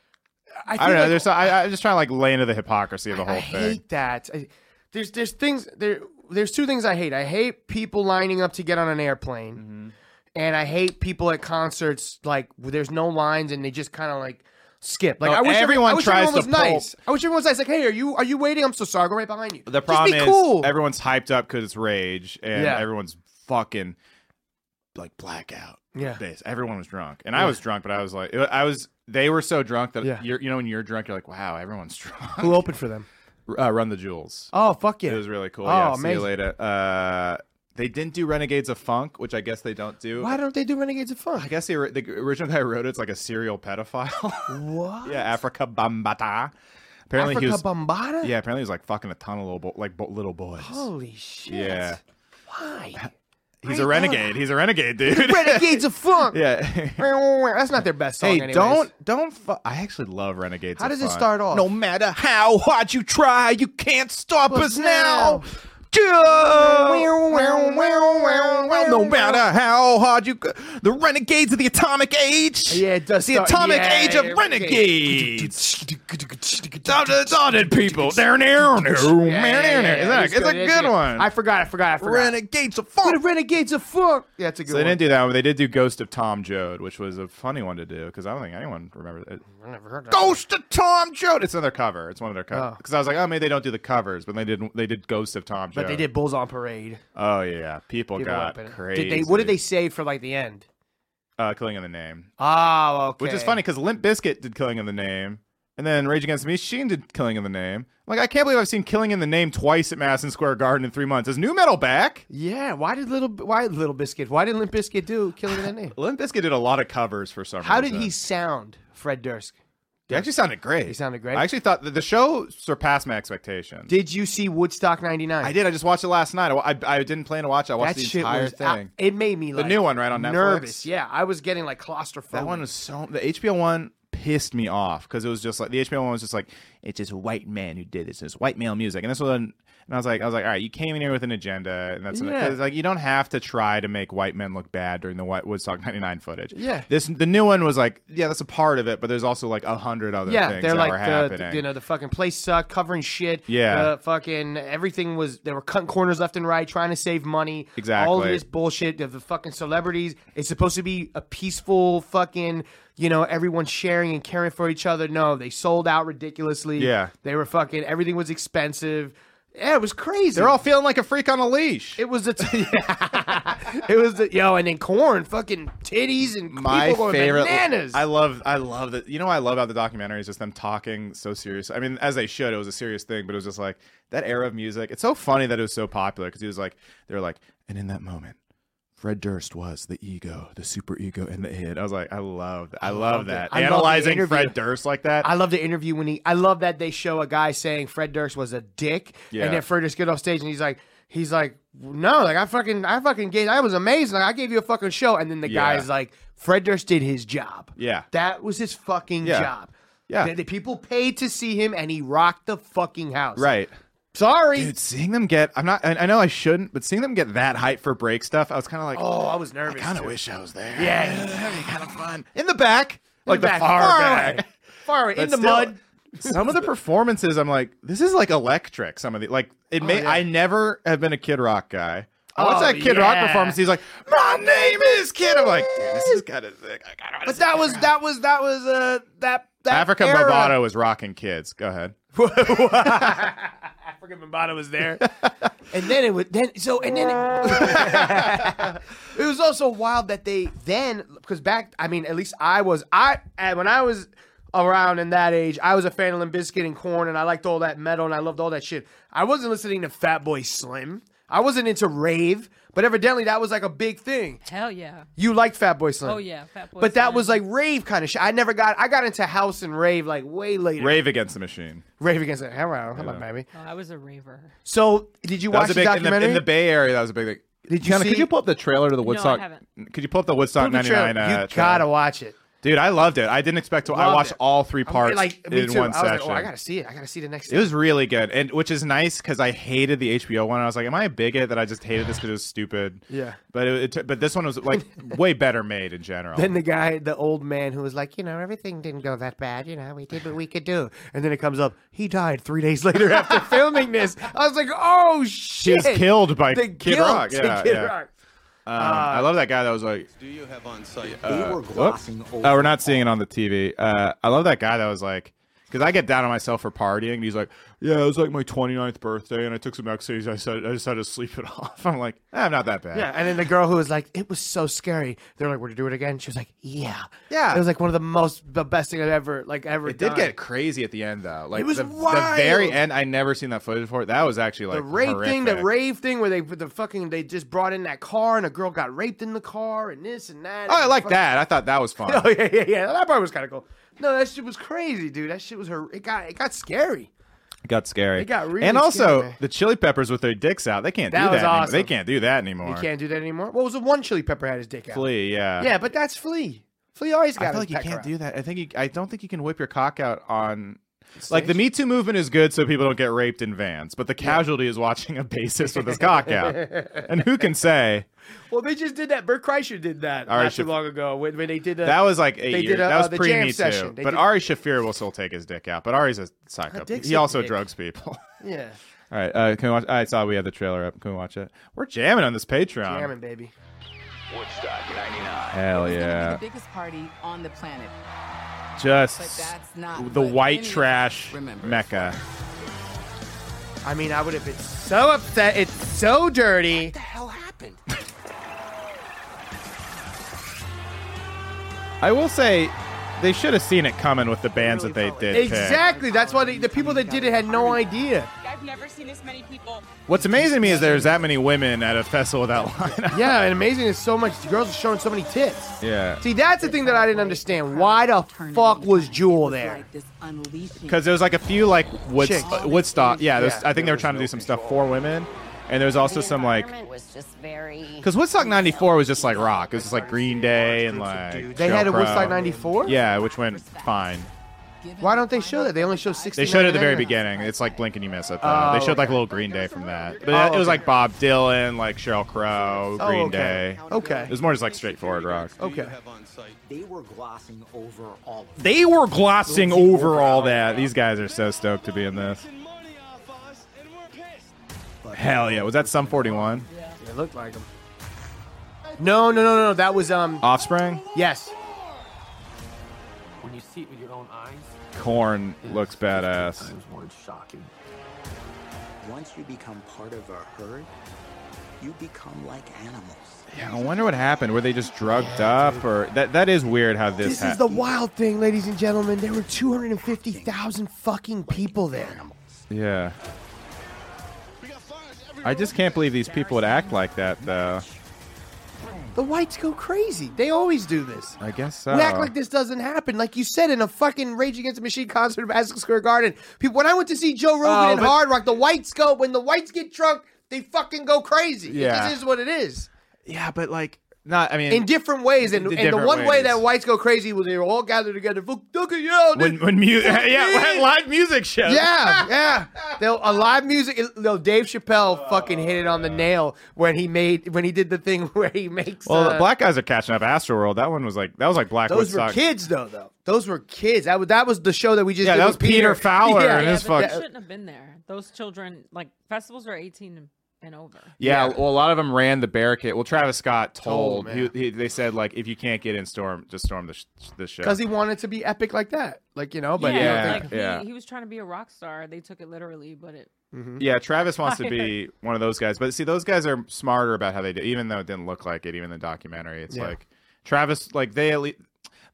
I,
I don't
feel
know.
like-
there's I, I'm just trying to like lay into the hypocrisy of the whole
I
thing.
hate that. I, there's there's things there there's two things I hate. I hate people lining up to get on an airplane,
Mm-hmm.
and I hate people at concerts like where there's no lines and they just kind of like skip. Like
No,
I wish every-
everyone
I wish
tries
everyone was
to pull-
nice. I wish everyone was nice. Like hey, are you are you waiting? I'm so sorry. Go right behind you.
The problem
just
is
be cool.
everyone's hyped up because it's rage, and
Yeah.
everyone's fucking like blackout.
Yeah.
Bas- everyone was drunk, and I was drunk, but I was like, I was. They were so drunk that
Yeah.
you're, you know, when you're drunk, you're like, wow, everyone's *laughs* drunk.
Who opened for them?
Uh, Run the Jewels.
Oh fuck yeah!
It was really cool.
Oh,
yeah, see
amazing.
you later. Uh, they didn't do Renegades of Funk, which I guess they don't do.
Why don't they do Renegades of Fun?
I guess the, ori- the original guy who wrote it's like a serial pedophile. *laughs*
What?
yeah, Africa Bambata. Apparently
Africa
he was.
Bambaataa?
yeah, apparently he was like fucking a ton of little bo- like bo- little boys.
Holy shit.
yeah,
Why?
he's a renegade. He's a renegade, dude.
Renegades of
*laughs*
Funk.
yeah.
That's not their best song.
Hey,
anyways.
don't don't. Fu- I actually love Renegades.
How
of
does it
Fun.
start off?
No matter how hard you try, you can't stop us now.
now.
No matter how hard you, go- the Renegades of the Atomic Age.
Yeah, it does
the
start-
Atomic
yeah,
Age of
okay. *laughs*
Renegades. Talk to the talented people. They're near, near,
Yeah, yeah, yeah, yeah.
It's a-
It's
it's a
good, it's
good
good.
one.
I forgot. I forgot. I forgot.
Renegades of Funk.
Renegades of Funk. Yeah, it's a good
So they
one.
didn't do that one. They did do Ghost of Tom Joad, which was a funny one to do because I don't think anyone remembers it.
I never heard that.
Ghost of Tom Joad. It's another cover. It's one of their covers.
Oh.
Because I was like, oh, maybe they don't do the covers, but they did. They did Ghost of Tom Joad.
But they did Bulls on Parade.
Oh yeah, people,
People
got
went up in it.
crazy.
Did they? What did they say for like the end?
Uh, Killing in the Name,
Oh, okay.
which is funny because Limp Bizkit did Killing in the Name, and then Rage Against the Machine did Killing in the Name. Like I can't believe I've seen Killing in the Name twice at Madison Square Garden in three months. Is new metal back?
Yeah. Why did little Why little biscuit? Why did Limp Biscuit do Killing
*laughs*
That Name?
Limp Bizkit did a lot of covers for some
How
reason.
did he sound, Fred Durst?
He actually sounded great.
He sounded great.
I actually thought that the show surpassed my expectations.
Did you see Woodstock '99?
I did. I just watched it last night. I, wa- I, I didn't plan to watch it. I watched
That
the
shit
entire
was.
thing.
I- it made me
The
like
new one, right, on Netflix?
Nervous. Yeah, I was getting like claustrophobic.
that one was so. The HBO one pissed me off because it was just like the HBO one was just like it's this white man who did this. It's white male music, and this one. And I was like, I was like, all right, you came in here with an agenda, and that's an-
Yeah.
'cause, like you don't have to try to make white men look bad during the White Woodstock '99 footage.
Yeah.
this the new one was like, yeah, that's a part of it, but there's also like a hundred other
yeah,
things
they're
that
like
were
the,
happening.
the- you know the fucking place sucked, covering shit.
Yeah.
the fucking everything was they were cutting corners left and right, trying to save money. all
Exactly.
this bullshit of the fucking celebrities. It's supposed to be a peaceful fucking you know everyone sharing and caring for each other. No, they sold out ridiculously.
Yeah.
they were fucking everything was expensive. Yeah, it was crazy.
they're all feeling like a freak on a leash.
It was the t- *laughs* it was the yo, and then corn, fucking titties, and
my
people going
favorite
bananas.
I love I love that you know what I love about the documentary is just them talking so serious. I mean, as they should, it was a serious thing, but it was just like that era of music. It's so funny that it was so popular because he was like they were like, and in that moment, Fred Durst was the ego, the super ego, and the id. I was like, I love I, love,
loved it.
that.
I loved the
Analyzing
interview.
Fred Durst like that.
I love the interview when he. I love that they show a guy saying Fred Durst was a dick,
Yeah.
and then Fred Durst get off stage and he's like, he's like, no, like I fucking, I fucking gave, I was amazing, like I gave you a fucking show, and then the
Yeah.
guy's like, Fred Durst did his job.
yeah.
That was his fucking
Yeah.
job.
Yeah.
The, the people paid to see him, and he rocked the fucking house.
Right.
Sorry.
Dude, seeing them get I'm not I, I know I shouldn't, but seeing them get that hype for break stuff, I was kinda like
oh, I was nervous.
kinda
too.
wish I was there.
Yeah.
*laughs* That'd be kinda fun. In the back.
In
Like the,
back,
far,
away.
back.
far away, in the
But still,
mud.
some of the performances, I'm like, this is like electric. Some of the like, it may.
Oh, yeah.
I never have been a Kid Rock guy. I
Oh,
watched that Kid Rock
yeah.
performance. He's like, my name is Kid. I'm like, dude, this is kind of sick. I gotta
But that was that was that was uh that that
Africa
era.
Bambaataa was rocking kids. Go ahead.
Africa Mambata was there, *laughs* and then it was then so and then it, *laughs* it was also wild that they then because back I mean at least I was I and when I was around in that age I was a fan of Limp Bizkit and Corn and I liked all that metal and I loved all that shit I wasn't listening to Fatboy Slim I wasn't into rave but evidently that was like a big thing
Hell yeah.
you liked Fatboy Slim
Oh yeah. Fat Boy
but that
Slim.
was like rave kind of shit I never got I got into house and rave like way later
Rave Against the Machine.
rave against it hello hello baby
Oh, I was a raver.
so did you
That
watch
was a
the
big in the,
documentary
in the Bay Area. That was a big thing.
Did you
Kiana,
see-
Could you pull up the trailer to the Woodstock?
haven't.
Could you pull up the Woodstock
Pull the trailer.
'99? Uh,
you
trailer?
gotta watch it.
Dude, I loved it. I didn't expect to. I
Loved
watched
it.
all three
I'm-
parts
like me
in
too.
one
I was like,
session.
oh, I gotta see it. I gotta see the next.
It was really good, and which is nice because I hated the HBO one. I was like, "Am I a bigot that I just hated this because it was stupid?"
Yeah.
but it, it, but this one was
*laughs*
like way better made in general. Um,
Then the guy, the old man who was like, you know, everything didn't go that bad. You know, we did what we could do. And then it comes up, he died three days *laughs* later after filming this. I was like, oh
She
shit.
was killed by
the
Kid
guilt
Rock.
to
Yeah,
Kid
yeah.
Rock.
Um, I
uh,
love that guy that was like,
Do you have on site?
uh, whoops. Oh, we're not seeing it on the TV. Uh, I love that guy that was like, because I get down on myself for partying, and he's like, "Yeah, it was like my 29th birthday, and I took some Xanax. I said I decided to sleep it *laughs* off." I'm like, "Ah, "I'm not that bad."
Yeah, and then the girl who was like, "It was so scary." They're like, "We're to do it again." She was like, "Yeah,
Yeah.
It was like one of the most, the best thing I've ever, like, ever.
It did
done.
get crazy at the end though. Like
was
the, the
wild.
very end, I never seen that footage before. That was actually like
the rape thing, the
horrific.
rave thing where they put the fucking they just brought in that car and a girl got raped in the car and this and that.
Oh, I
and
like
fuck-
that. I thought that was fun.
*laughs* Oh yeah, yeah, yeah. That part was kind of cool. No, that shit was crazy, dude. That shit was her. It got it got scary.
It got scary.
It got really
and also
scary.
the Chili Peppers with their dicks out. They can't
That
do that.
was
anymore.
awesome.
They can't do that anymore.
You can't do that anymore. What was the one Chili Pepper had his dick out?
Flea, yeah.
Yeah, but that's Flea. Flea always got.
I feel like
his
you
pecker
can't
out.
do that. I think you, I don't think you can whip your cock out on. Like the Me Too movement is good so people don't get raped in vans, but the casualty is watching a bassist
*laughs*
with his cock out. And who can say
Well, they just did that. Bert Kreischer did that
Ari
not too
Shaf-
long ago when, when they did a,
that was like eight
they
years?
Did a,
that was
uh, the
pre
jam
Me Too.
session. They
But
did-
Ari Shafir will still take his dick out. But Ari's a psycho.
dick's
He
a
also
dick.
drugs people. *laughs*
yeah,
All right, uh, can we watch? I saw we had the trailer up. Can we watch it? We're jamming on this Patreon.
jamming baby.
Woodstock 99.
Hell
It's gonna
yeah!
be the biggest party on the planet. But
Just
that's not
the
what
white
any of
trash
us remember.
mecca.
I mean, I would have been so upset. It's so dirty. What the
hell happened?
I will say, they should have seen it coming with the bands that they did. pick.
Exactly. That's why the, the people that did it had no idea.
I've never seen this many people.
What's amazing to me is there's that many women at a festival *laughs* that lineup.
Yeah, and amazing is so much. Girls are showing so many tits.
Yeah,
See, that's the thing that I didn't understand. Why the fuck was Jewel there?
This unleashing.
because there was like a few like Wood,
Chicks.
uh, Woodstock. Yeah, there's,
Yeah.
I think they were trying to do some stuff for women, and there was also some like
was just very.
because Woodstock '94 was just like rock. It was just like Green Day and like
They
Joe
had a Woodstock
Crow.
'94.
Yeah, which went fine.
Why don't they show that? They only show 60.
They showed it at the very beginning. It's like Blink and You Miss It. Though.
Oh,
they showed like a
okay.
little Green Day from that, but
Oh,
it, it was
okay.
like Bob Dylan, like Cheryl Crow,
Oh,
Green
okay.
Day.
Okay. Oh.
it was more just like straightforward rock.
Okay.
They were glossing over all of
They were glossing over all that. These guys are so stoked to be in this. Hell yeah! Was that Sum 41?
It looked like them. No, no, no, no. That was um.
Offspring?
Yes.
When you see it with your own eyes,
Corn looks badass.
it's more shocking.
Once you become part of a herd, you become like animals.
Yeah, I wonder what happened. Were they just drugged up, or that? That is weird how this.
This
hap-
is the wild thing, ladies and gentlemen. There were 250,000 fucking people there.
Yeah. I just can't believe these people would act like that, though.
The whites go crazy. They always do this.
I guess so.
We act like this doesn't happen. Like you said in a fucking Rage Against the Machine concert at Madison Square Garden. People, when I went to see Joe Rogan
Oh,
and
but-
Hard Rock, the whites go, when the whites get drunk, they fucking go crazy.
Yeah.
It just is what it is.
Yeah, but like, not. I mean,
in different ways. And,
in
and the
different
one way
ways.
that whites go crazy was they were all gathered together. Fuck, look at you.
when when music, *laughs* yeah, live music show.
*laughs* Yeah, yeah. They'll a live music. No, Dave Chappelle fucking hit it on the nail when he made when he did the thing *laughs* where he makes.
Well,
uh,
the black guys are catching up. Astroworld. That one was like that was like Black
Those
Woodstock.
were kids though, though. Those were kids. That was that was the show that we just
Yeah,
did
that
with
was Peter Fowler
*laughs* Yeah.
and his
Yeah, but
fuck-
that-
shouldn't have been there. Those children, like festivals, are eighteen and- and over.
Yeah, well, a lot of them ran the barricade. Well, Travis Scott told,
Told,
he, he, they said like if you can't get in, storm just storm the sh- the show.
Because he wanted to be epic like that, like you know. But
Yeah,
I don't
like
think-
he- Yeah.
He, he was trying to be a rock star. They took it literally, but it.
yeah, Travis wants to be one of those guys, but see, those guys are smarter about how they do. Even though it didn't look like it, even in the documentary, it's
Yeah.
like Travis, like they at least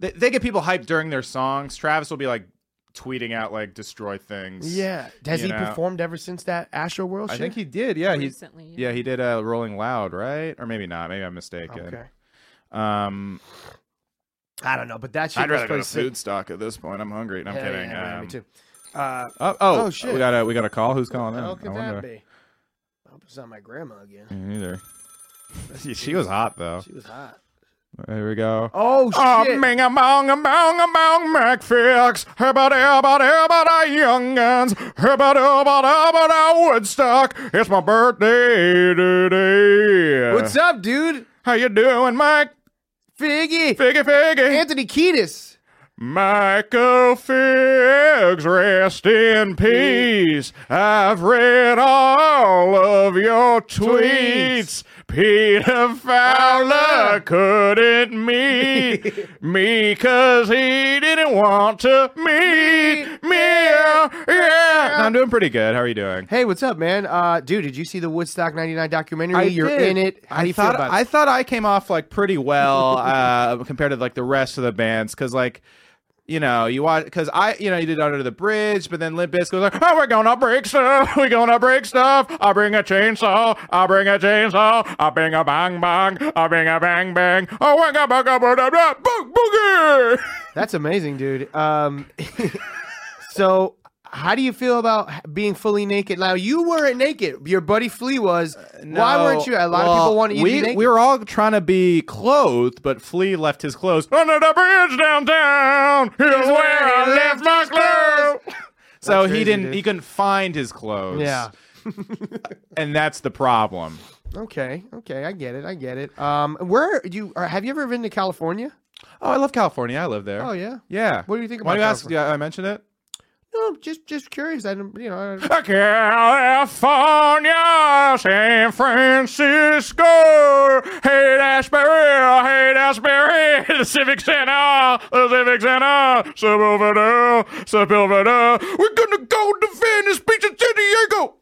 they, they get people hyped during their songs. Travis will be like tweeting out like destroy things.
yeah. Has
you
he
know?
performed ever since that Astro World?
I
shit?
think he did. Yeah, he-
Recently,
Yeah, he did uh, Rolling Loud, right? Or maybe not. Maybe I'm mistaken.
Okay.
Um,
I don't know, but that shit
I'd
was
rather go
pretty
to
sick.
food stock at this point. I'm hungry. No, I'm
Yeah, yeah,
kidding.
yeah, yeah, me
Um,
too. Uh,
Oh, oh,
Oh, shit.
We got a we got a call. Who's calling in?
how
I
could
wonder.
that be? I hope Oh, it's not my grandma again.
Me neither. She, *laughs* she was hot though.
She was hot.
Here we go.
Oh shit!
ming among among among McFix. How about how about how about our young guns? How about how about how about our Woodstock? It's my birthday today.
What's up, dude?
How you doing, Mike?
Figgy.
Figgy Figgy.
Anthony Kiedis.
Michael Figs, rest in peace. I've read all of your tweets. Peter Fowler *laughs* couldn't meet me because he didn't want to meet me. Yeah. I'm doing pretty good. How are you doing?
Hey, what's up, man? Uh, dude, did you see the Woodstock '99 documentary? You're in it. How
I
do you
thought
feel about
I
it?
thought I came off like pretty well *laughs* uh, compared to like the rest of the bands because like you know you watch because I you know you did Under the Bridge but then Limp Bizkit was like oh we're gonna break stuff we're gonna break stuff I bring a chainsaw I bring a chainsaw I bring a bang bang I bring a bang bang oh we're gonna bang bang bang bang boogie *laughs*
That's amazing, dude. Um, *laughs* so, how do you feel about being fully naked? Now, you weren't naked. Your buddy Flea was. Why weren't you? A lot of people wanted you
Uh, we,
to be naked.
We were all trying to be clothed, but Flea left his
*laughs*
clothes under the bridge downtown. Here's where I left my clothes. so
That's
he
crazy,
didn't.
dude.
He couldn't find his clothes.
Yeah.
and that's the problem.
Okay, okay, I get it, I get it. Um, where do you or have you ever been to California?
Oh, I love California. I live there.
Oh yeah,
Yeah.
What do you think
Why
about
do you ask? Yeah, I mentioned it.
No, just just curious. I don't, *laughs* you know. I-
California, San Francisco, hey Ashbury, hey Ashbury, *laughs* the Civic Center, the Civic Center, Suburban, Suburban. We're gonna go to Venice Beach in San Diego.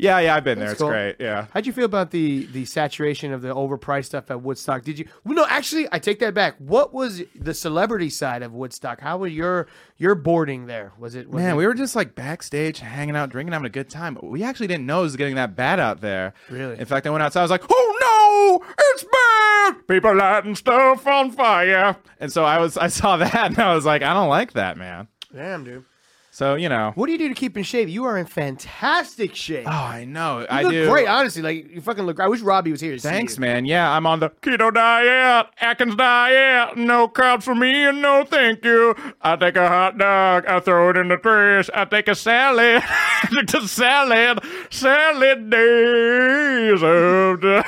Yeah, yeah, I've been there.
That's
It's
cool.
great. Yeah.
How'd you feel about the the saturation of the overpriced stuff at Woodstock? Did you? Well, no, actually, I take that back. What was the celebrity side of Woodstock? How was your your boarding there? Was it? Was
Man,
it-
we were just like backstage hanging out, drinking, having a good time. But we actually didn't know it was getting that bad out there. Really? In fact, I went outside. I was like, "Oh no, it's bad! People lighting stuff on fire!" And so I was, I saw that, *laughs* and I was like, "I don't like that, man."
Damn, dude.
So you know,
What do you do to keep in shape? You are in fantastic shape. Oh,
I know.
You
I
look
do.
great, honestly. Like you fucking look. I wish Robbie was here. To see
Thanks,
you.
man. Yeah, I'm on the keto diet, Atkins diet. No carbs for me, and no thank you. I take a hot dog, I throw it in the trash. I take a salad, *laughs* to salad, salad days of the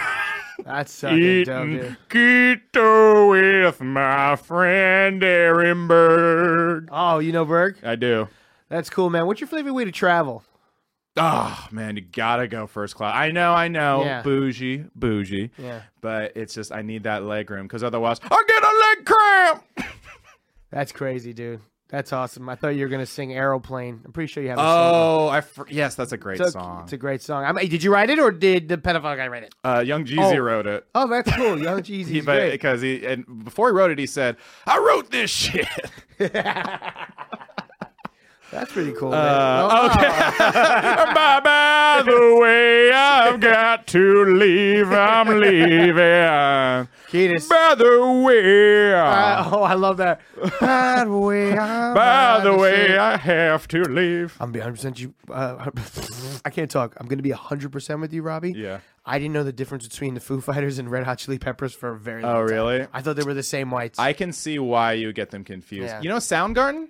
That's sucking dope,
eating
dude.
keto with my friend Aaron Berg.
Oh, you know Berg?
I do.
That's cool, man. What's your favorite way to travel?
Oh man, you gotta go first class. I know, I know,
Yeah.
bougie, bougie.
Yeah.
But it's just I need that leg room because otherwise I get a leg cramp.
That's crazy, dude. That's awesome. I thought you were gonna sing Aeroplane. I'm pretty sure you have. A song.
Oh, I fr- yes, that's a Oh, great
it's a,
song.
It's a great song. I mean, did you write it or did the pedophile guy write it?
Uh, Young Jeezy
Oh.
wrote it.
Oh, that's cool.
*laughs*
Young Jeezy's
He, but
great.
because he and before he wrote it, he said, "I wrote this
*laughs*
shit."
That's pretty
Uh,
cool. man. Oh,
okay. *laughs* Bye by the way, I've got to leave. I'm leaving.
Ketis.
By the way.
Uh, oh, I
*laughs*
love that. By the way, I'm
by the
out of
way,
shape.
I have to leave.
I'm be 100 percent you. Uh, *laughs* I can't talk. I'm gonna be 100 percent with you, Robbie.
Yeah.
I didn't know the difference between the Foo Fighters and Red Hot Chili Peppers for a very. long
Oh,
time.
really?
I thought they were the same whites.
I can see why you get them confused.
Yeah.
You know Soundgarden?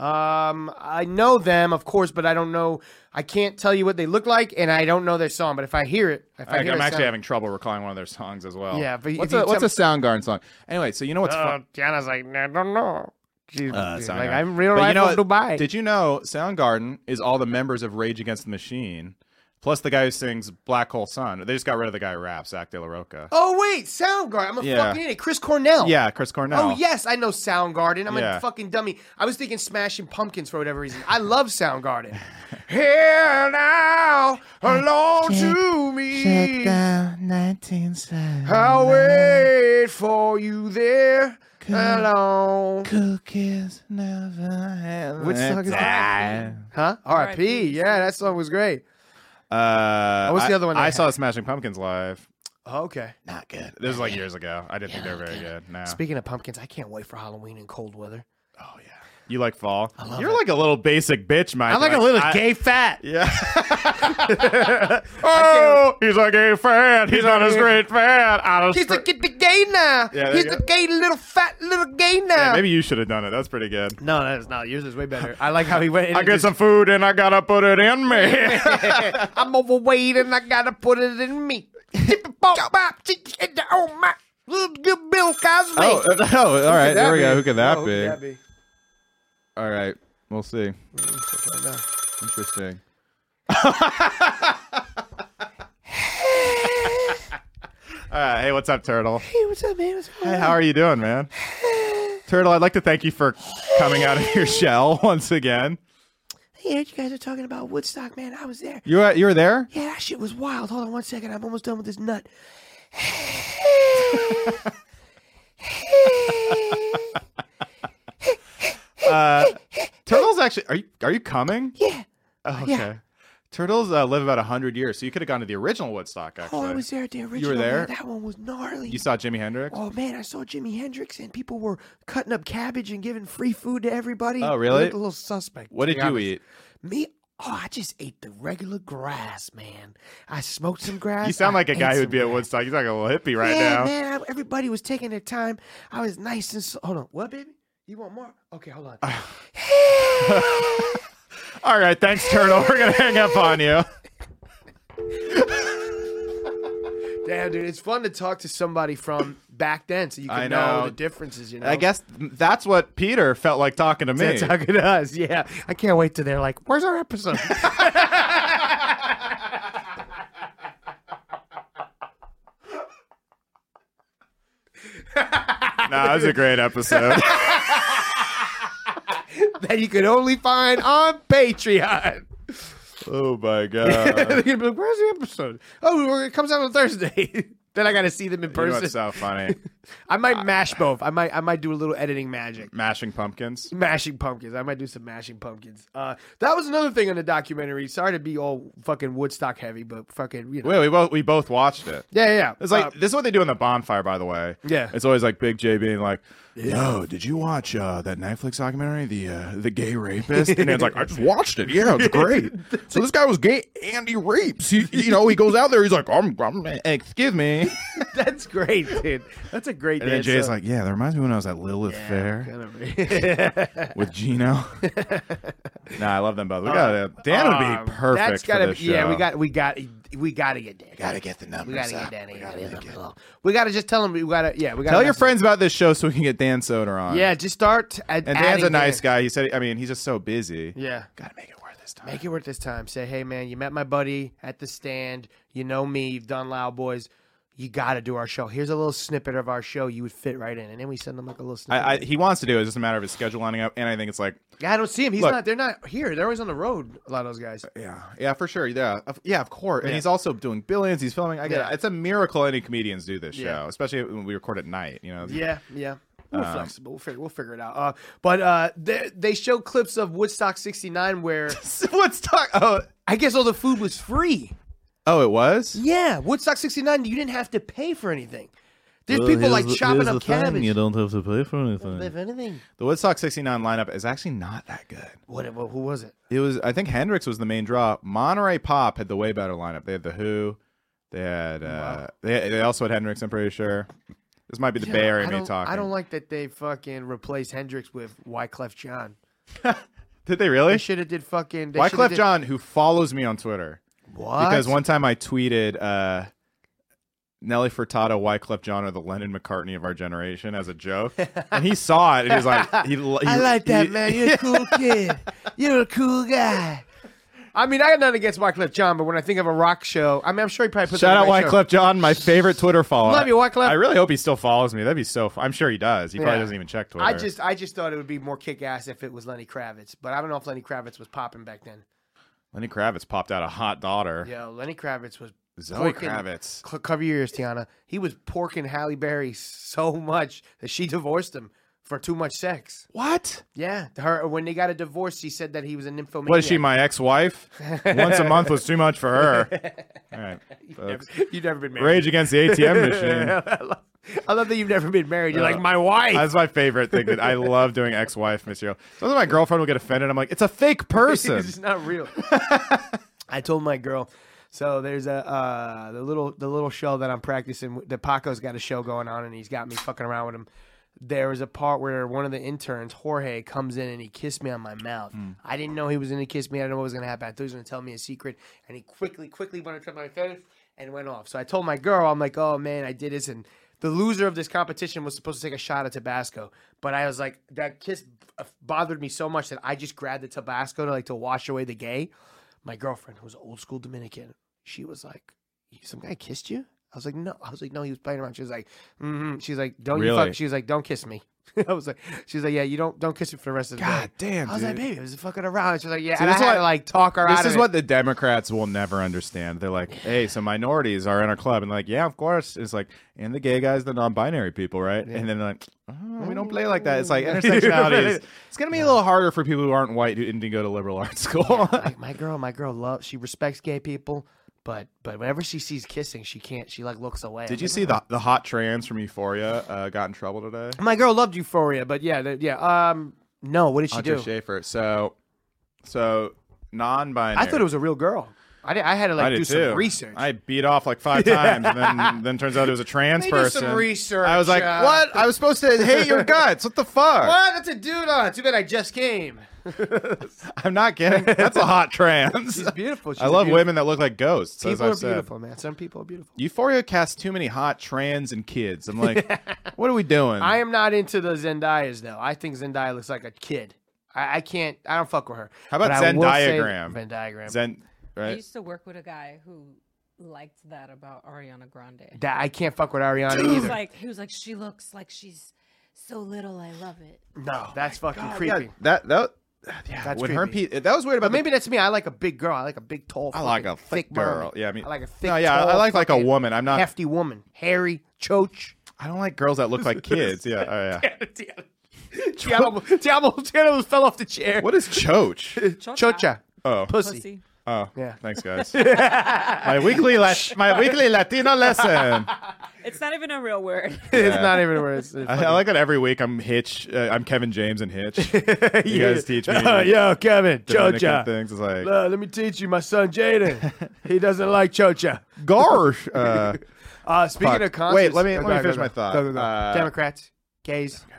Um, I know them, of course, but I don't know. I can't tell you what they look like, and I don't know their song. But if I hear it, if I,
I,
hear
am
it,
actually
sound-
having trouble recalling one of their songs as well.
Yeah, but
what's
if
a
you
what's a
tell
Soundgarden song? Anyway, so you know what's
Uh,
fun?
Tiana's like, I don't know. She's
Uh,
she's
Soundgarden.
like, I'm real
But
life
you know
from
what?
Dubai.
Did you know Soundgarden is all the members of Rage Against the Machine, plus the guy who sings Black Hole Sun? They just got rid of the guy who raps, Zach De La Roca.
Oh wait, Soundgarden. I'm a
Yeah.
fucking idiot. Chris Cornell.
Yeah, Chris Cornell.
Oh yes, I know Soundgarden. I'm
Yeah.
a fucking dummy. I was thinking Smashing Pumpkins for whatever reason. I love Soundgarden. Here now, alone to me. I'll wait for you there alone.
Cookies never have
Which song is that? Huh?
R.I.P..
R.I.P. Yeah, that song was great.
Uh,
What's the
I-
other one they
I saw Smashing Pumpkins live.
Oh, okay.
Not good. This was like years ago. I didn't think they were very good. No.
Speaking of pumpkins, I can't wait for Halloween in cold weather.
You like fall? You're like a little basic bitch, Mike.
I'm like a little
I-
gay fat.
*laughs*
*laughs*
Yeah. oh, he's like a fan. He's not a straight fan. I
He's a, get the gay now.
Yeah, there
He's
you
a
go.
gay little fat little gay now.
yeah, maybe you should have done it. That's pretty good.
No, that is not. Yours is
*laughs*
way better. I like how he went.
I get some food and I gotta put it in
*laughs*
me. *laughs*
I'm overweight and I gotta put it in me. *laughs* Bop, bop, tick, tick, tick, Oh my, little good Bill Cosby.
Oh, uh, oh, all
Who could
right,
that
there we go.
be?
Who could that
Oh,
be?
be?
All right, we'll see.
No.
*laughs* Interesting. All right, hey, what's up, Turtle?
Hey, what's up, man? What's going
Hey,
on?
how are you doing, man? Turtle, I'd like to thank you for coming out of your *laughs* shell once again.
Hey, you guys are talking about Woodstock, man. I was there.
You were, you were there?
Yeah, that shit was wild. Hold on one second. I'm almost done with this nut.
*laughs* Uh, Turtles actually are you are you coming?
Yeah.
Oh, okay.
Yeah.
Turtles uh, live about hundred years, so you could have gone to the original Woodstock. Actually,
Oh, I was there at the original.
You were there.
Man. That one was gnarly.
You saw Jimi Hendrix.
Oh man, I saw Jimi Hendrix and people were cutting up cabbage and giving free food to everybody.
Oh,
It
really?
looked a little suspect.
what
to
did
be
you
honest.
eat?
Me? Oh, I just ate the regular grass, man. I
*laughs*
smoked some grass.
You sound
I
like a
ate
guy who'd
some
be at Woodstock. You sound like a little hippie right
yeah,
now.
man. I, everybody was taking their time. I
*sighs*
was nice and so, hold on. What, baby? You want more? Okay, hold on.
All right, thanks, Turtle. We're gonna hang up on you.
Damn, dude, it's fun to talk to somebody from
*laughs*
back then, so you
I
can know.
know.
the differences. You know,
I guess that's what Peter felt like talking to me.
That's how it is. Yeah, I can't wait till they're like, "Where's
*laughs*
our episode?" *laughs*
nah, that was a great
*laughs*
episode.
that you can only find on
Uh-huh.
Patreon.
oh my
*laughs* They're
god.
gonna be like, "Where's the episode?" Oh, it comes out on Thursday. *laughs* then I got to see them in
You know
person.
what's so funny?
I
Uh,
might mash both. I might I might do a little editing magic.
Mashing pumpkins.
Mashing pumpkins. I might do some mashing pumpkins. Uh, that was another thing on the documentary. Sorry to be all fucking Woodstock heavy, but fucking you know.
Wait, we both we both watched it.
Yeah, yeah, yeah.
It's like
Uh, *laughs*
this is what they do in the bonfire, by the way.
Yeah.
it's always like Big J being like, "Yo, did you watch uh, that Netflix documentary, the uh, the gay
*laughs*
rapist?" And it's like, "I just watched it. Yeah, it's great." so this guy was gay and he rapes. He, you know, he goes out there. He's like, "I'm, I'm excuse me."
that's great, dude. That's a great.
And then
dance uh,
Jay's
song.
like, "Yeah, that reminds me when I was at Lilith Fair *laughs* with
*laughs*
Gino." nah, I love them both. We got to Dan would be
Um,
perfect.
Uh, That's gotta
for this
be. Yeah, we
show.
got. We got. We gotta get Danny.
Gotta get the numbers.
We gotta get Danny. We gotta, we gotta just tell him. We gotta. Yeah, we gotta
Tell your
mess-
friends about this show so we can get Dan Soder on.
Yeah, just start. At,
And Dan's a nice guy. He said, I mean, he's just so busy.
Yeah.
Gotta make it worth this time.
Make it worth this time. Say, hey man, you met my buddy at the stand. You know me. You've done Loud Boys. You gotta do our show. Here's a little snippet of our show. You would fit right in, and then we send them like a little snippet.
I, I, he wants to do it. It's just a matter of his schedule lining up. And I think it's like,
yeah, I don't see him. He's
Look. Uh,
not. They're not here. They're always on the road. A lot of those guys.
Yeah. yeah, for sure. Yeah. Of, yeah, of course. And
Yeah.
he's also doing billions. He's filming. I get
Yeah.
it. It's a miracle any comedians do this show,
Yeah.
especially when we record at night, you know? *laughs*
Yeah, yeah. We're
Um,
flexible. We'll figure, we'll figure it out. Uh, but uh, they, they show clips of Woodstock
*laughs*
'69 where
Woodstock. Oh,
I guess all the food was free.
Oh, it was?
Yeah, Woodstock '69. You didn't have to pay for anything. There's
Well,
people
here's
like
the-
chopping
here's
up
the thing,
cabbage.
You don't have to pay for
If
anything.
anything,
The Woodstock 69 lineup is actually not that good.
what, what? Who was it?
It was. I think Hendrix was the main draw. Monterey Pop had the way better lineup. They had the Who. They had. Uh, They they also had Hendrix. I'm pretty sure. This might be the
Yeah,
Bay Area
I
me
don't,
talking.
I don't like that they fucking replaced Hendrix with Wyclef John.
Did they really?
They should have did fucking. They shoulda
Wyclef
did-
John, who follows me on Twitter,
What?
because one time I tweeted. uh Nelly Furtado, Wyclef John are the Lennon McCartney of our generation as a
*laughs*
joke, and he saw it and he was like, he, he,
I like that
he- *laughs*
man. You're a cool kid. You're a cool guy. I mean, I got nothing against Wyclef John, but when I think of a rock show, I mean, I'm sure he probably puts
Shout
on
out
a great show.
Wyclef John, my favorite
*laughs*
Twitter follower.
Love you, Wyclef.
I really hope he still follows me. That'd be so. F- I'm sure he does. He probably
Yeah.
doesn't even check Twitter.
I just, I just thought it would be more kick ass if it was Lenny Kravitz, but I don't know if Lenny Kravitz was popping back then.
Lenny Kravitz popped out a hot daughter.
Yo, Lenny Kravitz was
Zoe
porking-
Kravitz.
Cl- cover your ears, Tiana. He was porking Halle Berry so much that she divorced him for too much sex.
What?
Yeah, her when they got a divorce, she said that he was a nymphomaniac.
What is she, my ex-wife? Once a month was too much for her.
*laughs*
All right, folks.
*laughs* You've never been married.
Rage against the ATM
*laughs*
machine.
I, love, I love that you've never been married. You're
Uh,
like my wife. *laughs*
That's my favorite thing. That I love doing ex-wife material. Sometimes my girlfriend will get offended. I'm like, it's a fake
*laughs*
person.
it's not real. I told my girl. So there's a uh, the little the little show that I'm practicing. with- That Paco's got a show going on, and he's got me fucking around with him. There was a part where one of the interns, Jorge, comes in and he kissed me on my mouth. I didn't know he was going to kiss me. I didn't know what was going to happen. I thought he was going to tell me a secret, and he quickly, quickly went into my face and went off. So I told my girl, I'm like, oh man, I did this, and the loser of this competition was supposed to take a shot at Tabasco, but I was like, that kiss b- bothered me so much that I just grabbed the Tabasco to like to wash away the gay my girlfriend, who was old school Dominican, she was like, "Some guy kissed you?" I was like, "No." I was like, "No." He was playing around. She was like, mm "She's like, don't you
Really?
fuck?" She was like, "Don't kiss me." *laughs* I was like, "She's like, yeah, you don't don't kiss me for the rest of the
God
day."
damn,
I was like,
dude.
"Baby, I was fucking around." She was like, "Yeah,"
See,
and I
this is
had
what-
to like talk her out.
This
of
is
it. *laughs*
what the Democrats will never understand. They're like, hey, so minorities are in our club. And like, yeah, of course. It's like, and the gay guys, the non binary people, right? And then they're like, oh, we don't play like that. It's like
Oh.
intersectionality
*laughs*
is, it's going to be a little harder for people who aren't white who didn't go to liberal *laughs* arts
*laughs*
school.
my, my girl, my girl loves. She respects gay people, but but whenever she sees kissing, she can't. She like looks away.
Did
I'm
you
like,
see the, the hot trans from Euphoria uh, got in trouble today?
My girl loved Euphoria, but yeah, the, yeah. Um, no, what did she
Hunter
do?
Schaefer. So, so non binary.
I thought it was a real girl. I, did, I had to like
I did
do
too.
some research.
I beat off like
*laughs*
five times, and then then turns out it was a trans
Let me do
person.
some research,
I was like,
uh, *laughs* Oh,
"What? I was supposed to hate your guts? What the fuck?"
What? That's a dude on. Too bad I just came.
I'm not kidding. That's a hot trans.
She's beautiful. She's
I
a
love
beautiful-
women that look like ghosts. as
People
I've
are
said.
beautiful, man. Some people are beautiful.
Euphoria casts too many hot trans and kids. I'm
*laughs*
like, what are we doing?
I am not into the Zendayas though. I think Zendaya looks like a kid. I, I can't. I don't fuck with her.
How about
But I
Zen
will say-
diagram?
Venn diagram.
Zen,
I
right?
used to work with a guy who liked that about Ariana Grande.
That I can't fuck with Ariana
he was
either.
like, he was like, she looks like she's so little. I love it.
no, that's fucking
God,
creepy.
yeah, that that yeah.
That's
when her pe- that was weird
But
about the
maybe that's me. I like a big girl. I like a big, tall.
I like
fucking
a thick
mommy.
girl. Yeah, I mean-
like a thick.
No, yeah, I- I
tall,
like, like, a
fucking
woman. I'm not-
hefty woman, hairy,
*laughs*
choach.
I don't like girls
*laughs*
that look like kids. Yeah, oh, yeah.
Tiamo, Tiamo, Tiamo fell off the chair.
What is choach?
Chocha.
Oh,
Pussy.
Oh,
yeah.
Thanks, guys. my weekly la- my weekly Latino lesson.
It's not even a real word.
*laughs* It's
Yeah.
not even worse. It's
I, I
fucking-
like that every week. I'm Hitch. Uh, I'm Kevin James and
*laughs*
Hitch. You guys teach me.
Yo, Kevin,
Dominican
Chocha.
things. It's like
Uh, let me teach you, my son Jaden.
*laughs*
he doesn't like Chocha.
Garsh. Uh,
Uh, speaking
Fuck.
of concerts,
Wait, let me-
Oh,
let
go
me
ahead, go
finish my
ahead.
thought.
Go, go, go.
Uh,
Democrats, gays. *laughs*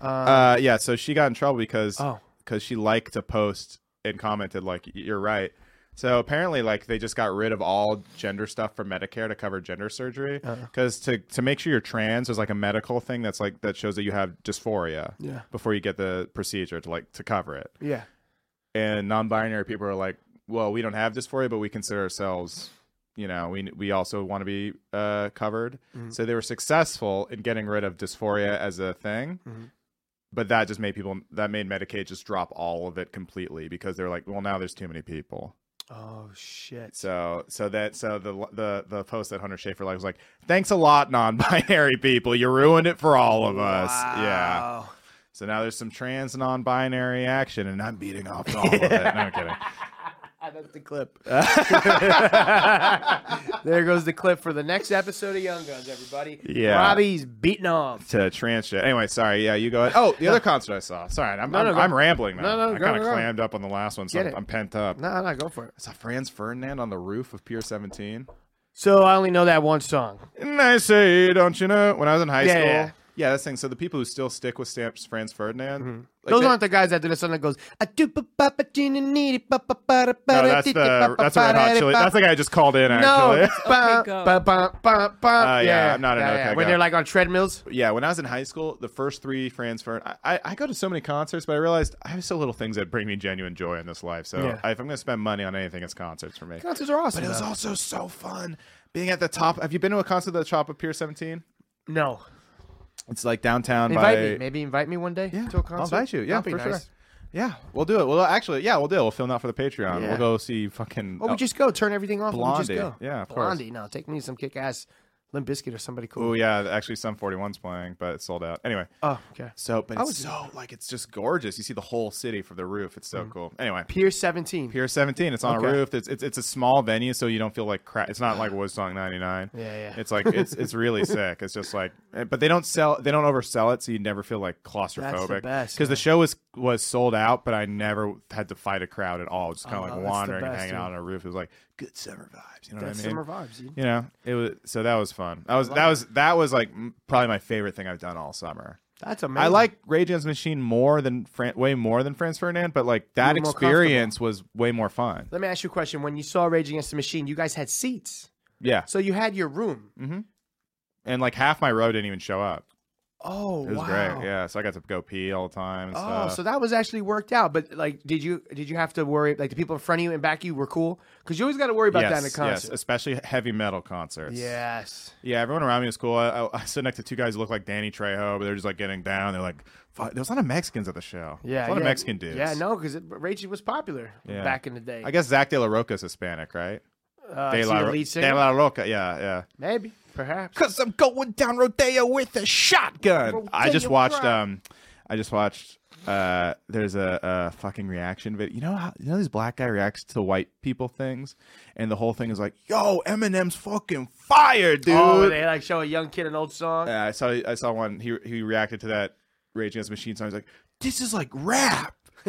Um,
uh, yeah. So she got in trouble because
Oh.
because she liked to post and commented like "Y- you're right. So apparently, like they just got rid of all gender stuff for Medicare to cover gender surgery
Uh-uh.
because to to make sure you're trans is like a medical thing that's like that shows that you have dysphoria
Yeah.
before you get the procedure to like to cover it.
yeah.
and non-binary people are like, well, we don't have dysphoria, but we consider ourselves, you know, we we also want to be uh, covered.
Mhm.
So they were successful in getting rid of dysphoria as a thing,
Mhm.
but that just made people that made Medicaid just drop all of it completely because they're like, well, now there's too many people.
Oh shit.
So so that so the the the post that Hunter Schaefer like was like, thanks a lot, non-binary people, you ruined it for all of us. Yeah.
Wow.
So now there's some trans non-binary action, and I'm beating off to all of it. No, I'm kidding.
That's the *laughs* clip. there goes the clip for the next episode of Young Guns, everybody.
Yeah.
Robbie's beating off.
to trans shit. Anyway, sorry. Yeah, you go ahead. Oh, the
*laughs*
other concert I saw. Sorry, I'm,
No,
I'm,
no, go-
I'm rambling now.
No, no,
I
go,
kind of
go, go.
clammed up on the last one, so
Get
I'm,
it.
I'm pent up.
No, no, go for it.
I saw Franz Ferdinand on the roof of Pier 17.
So I only know that one song.
And I say, don't you know? When I was in high
Yeah,
school.
yeah.
Yeah. that's the thing. So the people who still stick with stamps Franz Ferdinand. like,
Mm-hmm. Those
they-
aren't the guys that do the song that goes. I do ba ba ba dee dee nee dee ba ba ba da ba
No,
da
that's
dee dee
the
ba ba
that's the Red
ba
Hot
da
Chili.
dee ba."
That's the guy I just called in.
No,
Actually, *laughs*
that's ba- ba- ba- ba- ba-
Uh, yeah, I'm not an
yeah,
okay
yeah. When
guy.
they're like on treadmills.
yeah, when I was in high school, the first three Franz Fern, I, I, I go to so many concerts, but I realized I have so little things that bring me genuine joy in this life. So
Yeah.
if I'm going to spend money on anything, it's concerts for me.
Concerts are awesome.
But it was
though.
also so fun being at the top. Have you been to a concert at the top of Pier 17?
No.
It's like downtown
Invite
by.
me. Maybe invite me one day to a concert.
I'll invite you. Yeah,
That'd be
for sure.
nice.
Yeah, we'll do it. Well, actually, yeah, we'll do it. We'll film that for the Patreon.
Yeah.
We'll go see fucking.
Oh, we just go. Turn everything off.
Blondie.
And we just go.
Yeah, of course.
Blondie. No, take me to some kick ass Limp Bizkit or somebody cool.
Oh yeah, actually, some 41's playing, but it's sold out. Anyway.
Oh, okay.
So, but
I
it's
would do
so like it's just gorgeous. You see the whole city from the roof. It's
Mm-hmm.
so cool. Anyway,
Pier 17.
Pier 17. It's on
Okay.
a roof. It's, it's it's a small venue, so you don't feel like crap. It's not
*sighs*
like Woodstock '99.
Yeah, yeah.
It's like it's it's
*laughs*
really sick. It's just like, eh, but they don't sell. They don't oversell it, so you never feel like claustrophobic.
best,
because the show was was sold out, but I never had to fight a crowd at all. Just kind
Oh,
of
that's
like
the
wandering and
best,
hanging
dude.
out on a roof. It was like good summer vibes. You know
That's
what I mean?
summer vibes, dude.
You know, it was so that was fun. That was
I
that
like
was that was like m- probably my favorite thing I've done all summer.
That's
I
amazing.
like Ray J's Machine more than Fran- way more than Franz Ferdinand, but like that
were more
experience was way more fun.
Let me ask you a question. When you saw Rage Against the Machine, you guys had seats.
Yeah,
So you had your room.
Mm-hmm. and like half my row didn't even show up.
Oh,
It was
wow.
great. Yeah, so I got to go pee all the time. And
Oh,
stuff.
so that was actually worked out. But like, did you did you have to worry? Like the people in front of you and back of you were cool because you always got to worry about that in a
Yes, yes,
concert.
especially heavy metal concerts.
Yes.
Yeah, everyone around me was cool. I, I, I stood next to two guys who looked like Danny Trejo, but they're just like getting down. They're like, fuck. there was a lot of Mexicans at the show.
Yeah.
a lot
yeah.
of Mexican dudes.
Yeah, no, because Rage was popular
Yeah.
back in the day.
I guess Zach De La Roca's Hispanic, right?
Uh, is he the lead singer?
De La Roca, yeah, yeah.
Maybe, perhaps.
Cause I'm going down Rodeo with a shotgun. I just watched. Um, I just watched. Uh, there's a, a fucking reaction video. You know how you know this black guy reacts to white people things, and the whole thing is like, "Yo, Eminem's fucking fire, dude."
Oh, they like show a young kid an old song.
Yeah, I saw. I saw one. He he reacted to that Rage Against the Machine song. He's like, "This is like
*laughs*
rap." *laughs*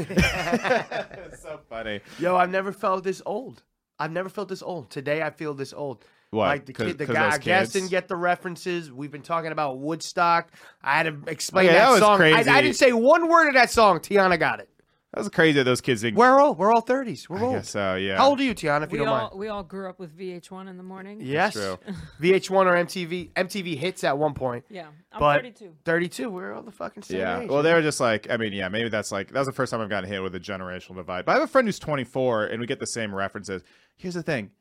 so funny.
Yo, I've never felt this old. I've never felt this old. Today, I feel this old.
What,
Like the
'cause-
kid, the
'cause
guy.
those
I guess
kids?
didn't get the references. We've been talking about Woodstock. I had to explain
Okay,
that,
that was
song. I- I,
crazy.
didn't say one word of that song. Tiana got it.
That was crazy that those kids didn't.
We're all we're all thirties. We're
I
old.
guess so, yeah.
How old are you, Tiana? If
we
you don't
all
mind.
we all grew up with VH1 in the morning.
Yes.
*laughs*
VH1 or MTV. MTV hits at one point.
Yeah. I'm
but
32.
32. We're all the fucking same
Yeah.
age.
Well, they were just like, I mean, yeah, maybe that's like, that was the first time I've gotten hit with a generational divide. But I have a friend who's 24 and we get the same references. Here's the thing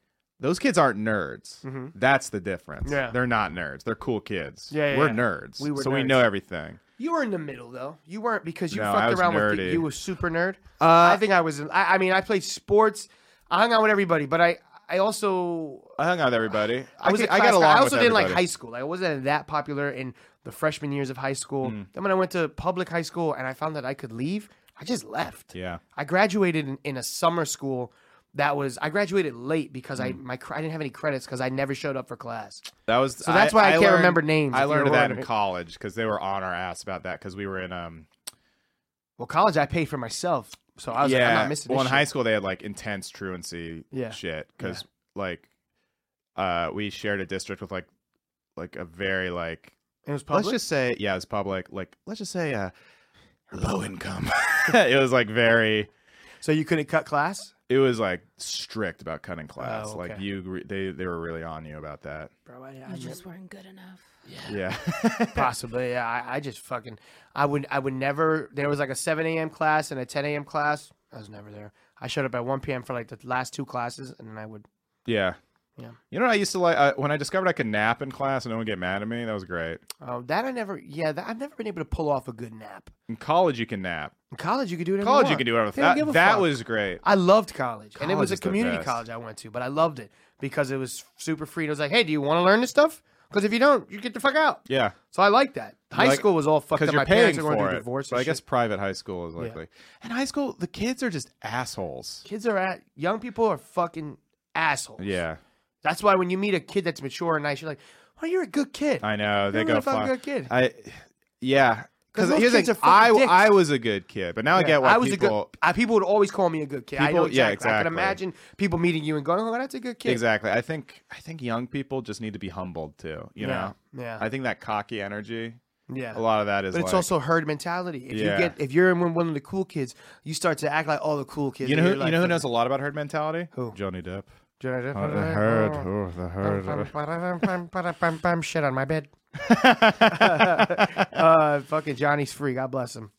those kids aren't nerds.
Mhm.
That's the difference.
Yeah.
They're not nerds. They're cool kids.
Yeah, yeah,
We're
yeah.
nerds.
We were
so we
nerds.
know everything.
You were in the middle though. You weren't because you
No, I
fucked
was
around with
nerdy. Uh,
people. You were super nerd. I think I was. In, I, I mean, I played sports. I hung out with everybody, but I I also
I hung out with everybody.
I was.
ca-
a
I got
class guy.
along
I also
with
didn't like
everybody.
high school. I wasn't that popular in the freshman years of high school.
Mm.
Then when I went to public high school and I found that I could leave, I just left.
Yeah.
I graduated in, in a summer school that was I graduated late because I
Mm.
my cr- I didn't have any credits because I never showed up for class.
That was
So that's why I can't
learned-
remember names,
I
if you
learned that in
remember.
college because they were on our ass about that because we were in um
Well, college I paid for myself, so I was like, I'm not missing.
well,
this
in high
shit.
school they had like intense truancy
Yeah.
shit because like uh we shared a district with like like a very like
It was
let's
public?
just say yeah it's public like let's just say uh low income *laughs* it was like very
so you couldn't cut class
it was like strict about cutting class
Oh,
like
okay.
you re- they they were really on you about that
Bro, I,
You
just
just weren't good enough.
yeah *laughs*
Possibly, yeah. I, I just fucking, I would, I would never. There was like a 7 a.m. class and a 10 a.m. class. I was never there. I showed up at 1 p.m. for like the last two classes, and then I would.
yeah
Yeah.
you know what I used to like uh, when I discovered I could nap in class and no one get mad at me that was great
Oh, that I never. Yeah, that, I've never been able to pull off a good nap.
in college you can nap
In college, you could do it.
in college you can do whatever that, that was great
I loved college, and it
College
was a
is the
community
best.
college I went to, but I loved it because it was super free. It was like, hey, do you want to learn this stuff? Because if you don't, you get the fuck out.
yeah
So I liked that. High
Like-
school was all fucked
'cause
up.
You're
My
paying
parents were going
for
through
it,
divorce.
but
and
I guess
shit.
private high school is
Yeah.
likely. And high school, the kids are just assholes.
kids are at young people are fucking assholes.
Yeah,
That's why when you meet a kid that's mature and nice, you're like, "Oh, you're a good kid."
I know. They
You're
go
a really fucking
far.
good kid.
I, yeah,
'Cause
because
most
here's the
kids
thing,
are fucking
I
dicks.
I was a good kid, but now I
Yeah,
get why
I was a
people
good. I, people would always call me a good kid. I know
People- yeah,
exactly. I can
exactly.
imagine people meeting you and going, "Oh, that's a good kid."
exactly. I think I think young people just need to be humbled too. You
Yeah,
know.
yeah.
I think that cocky energy.
Yeah.
A lot of that
But
is.
it's
like-
also herd mentality. If
Yeah.
you get, if you're in one of the cool kids, you start to act like all the cool kids.
You know
and
who?
you're like,
you know who knows a lot about herd mentality? Who? Johnny Depp.
Johnny Depp.
Oh, the herd. Oh, the herd.
Ba-dum-bum-ba-dum-bum-bum, Shit on
*laughs*
my bed. *laughs* uh, fucking Johnny's free. God bless him.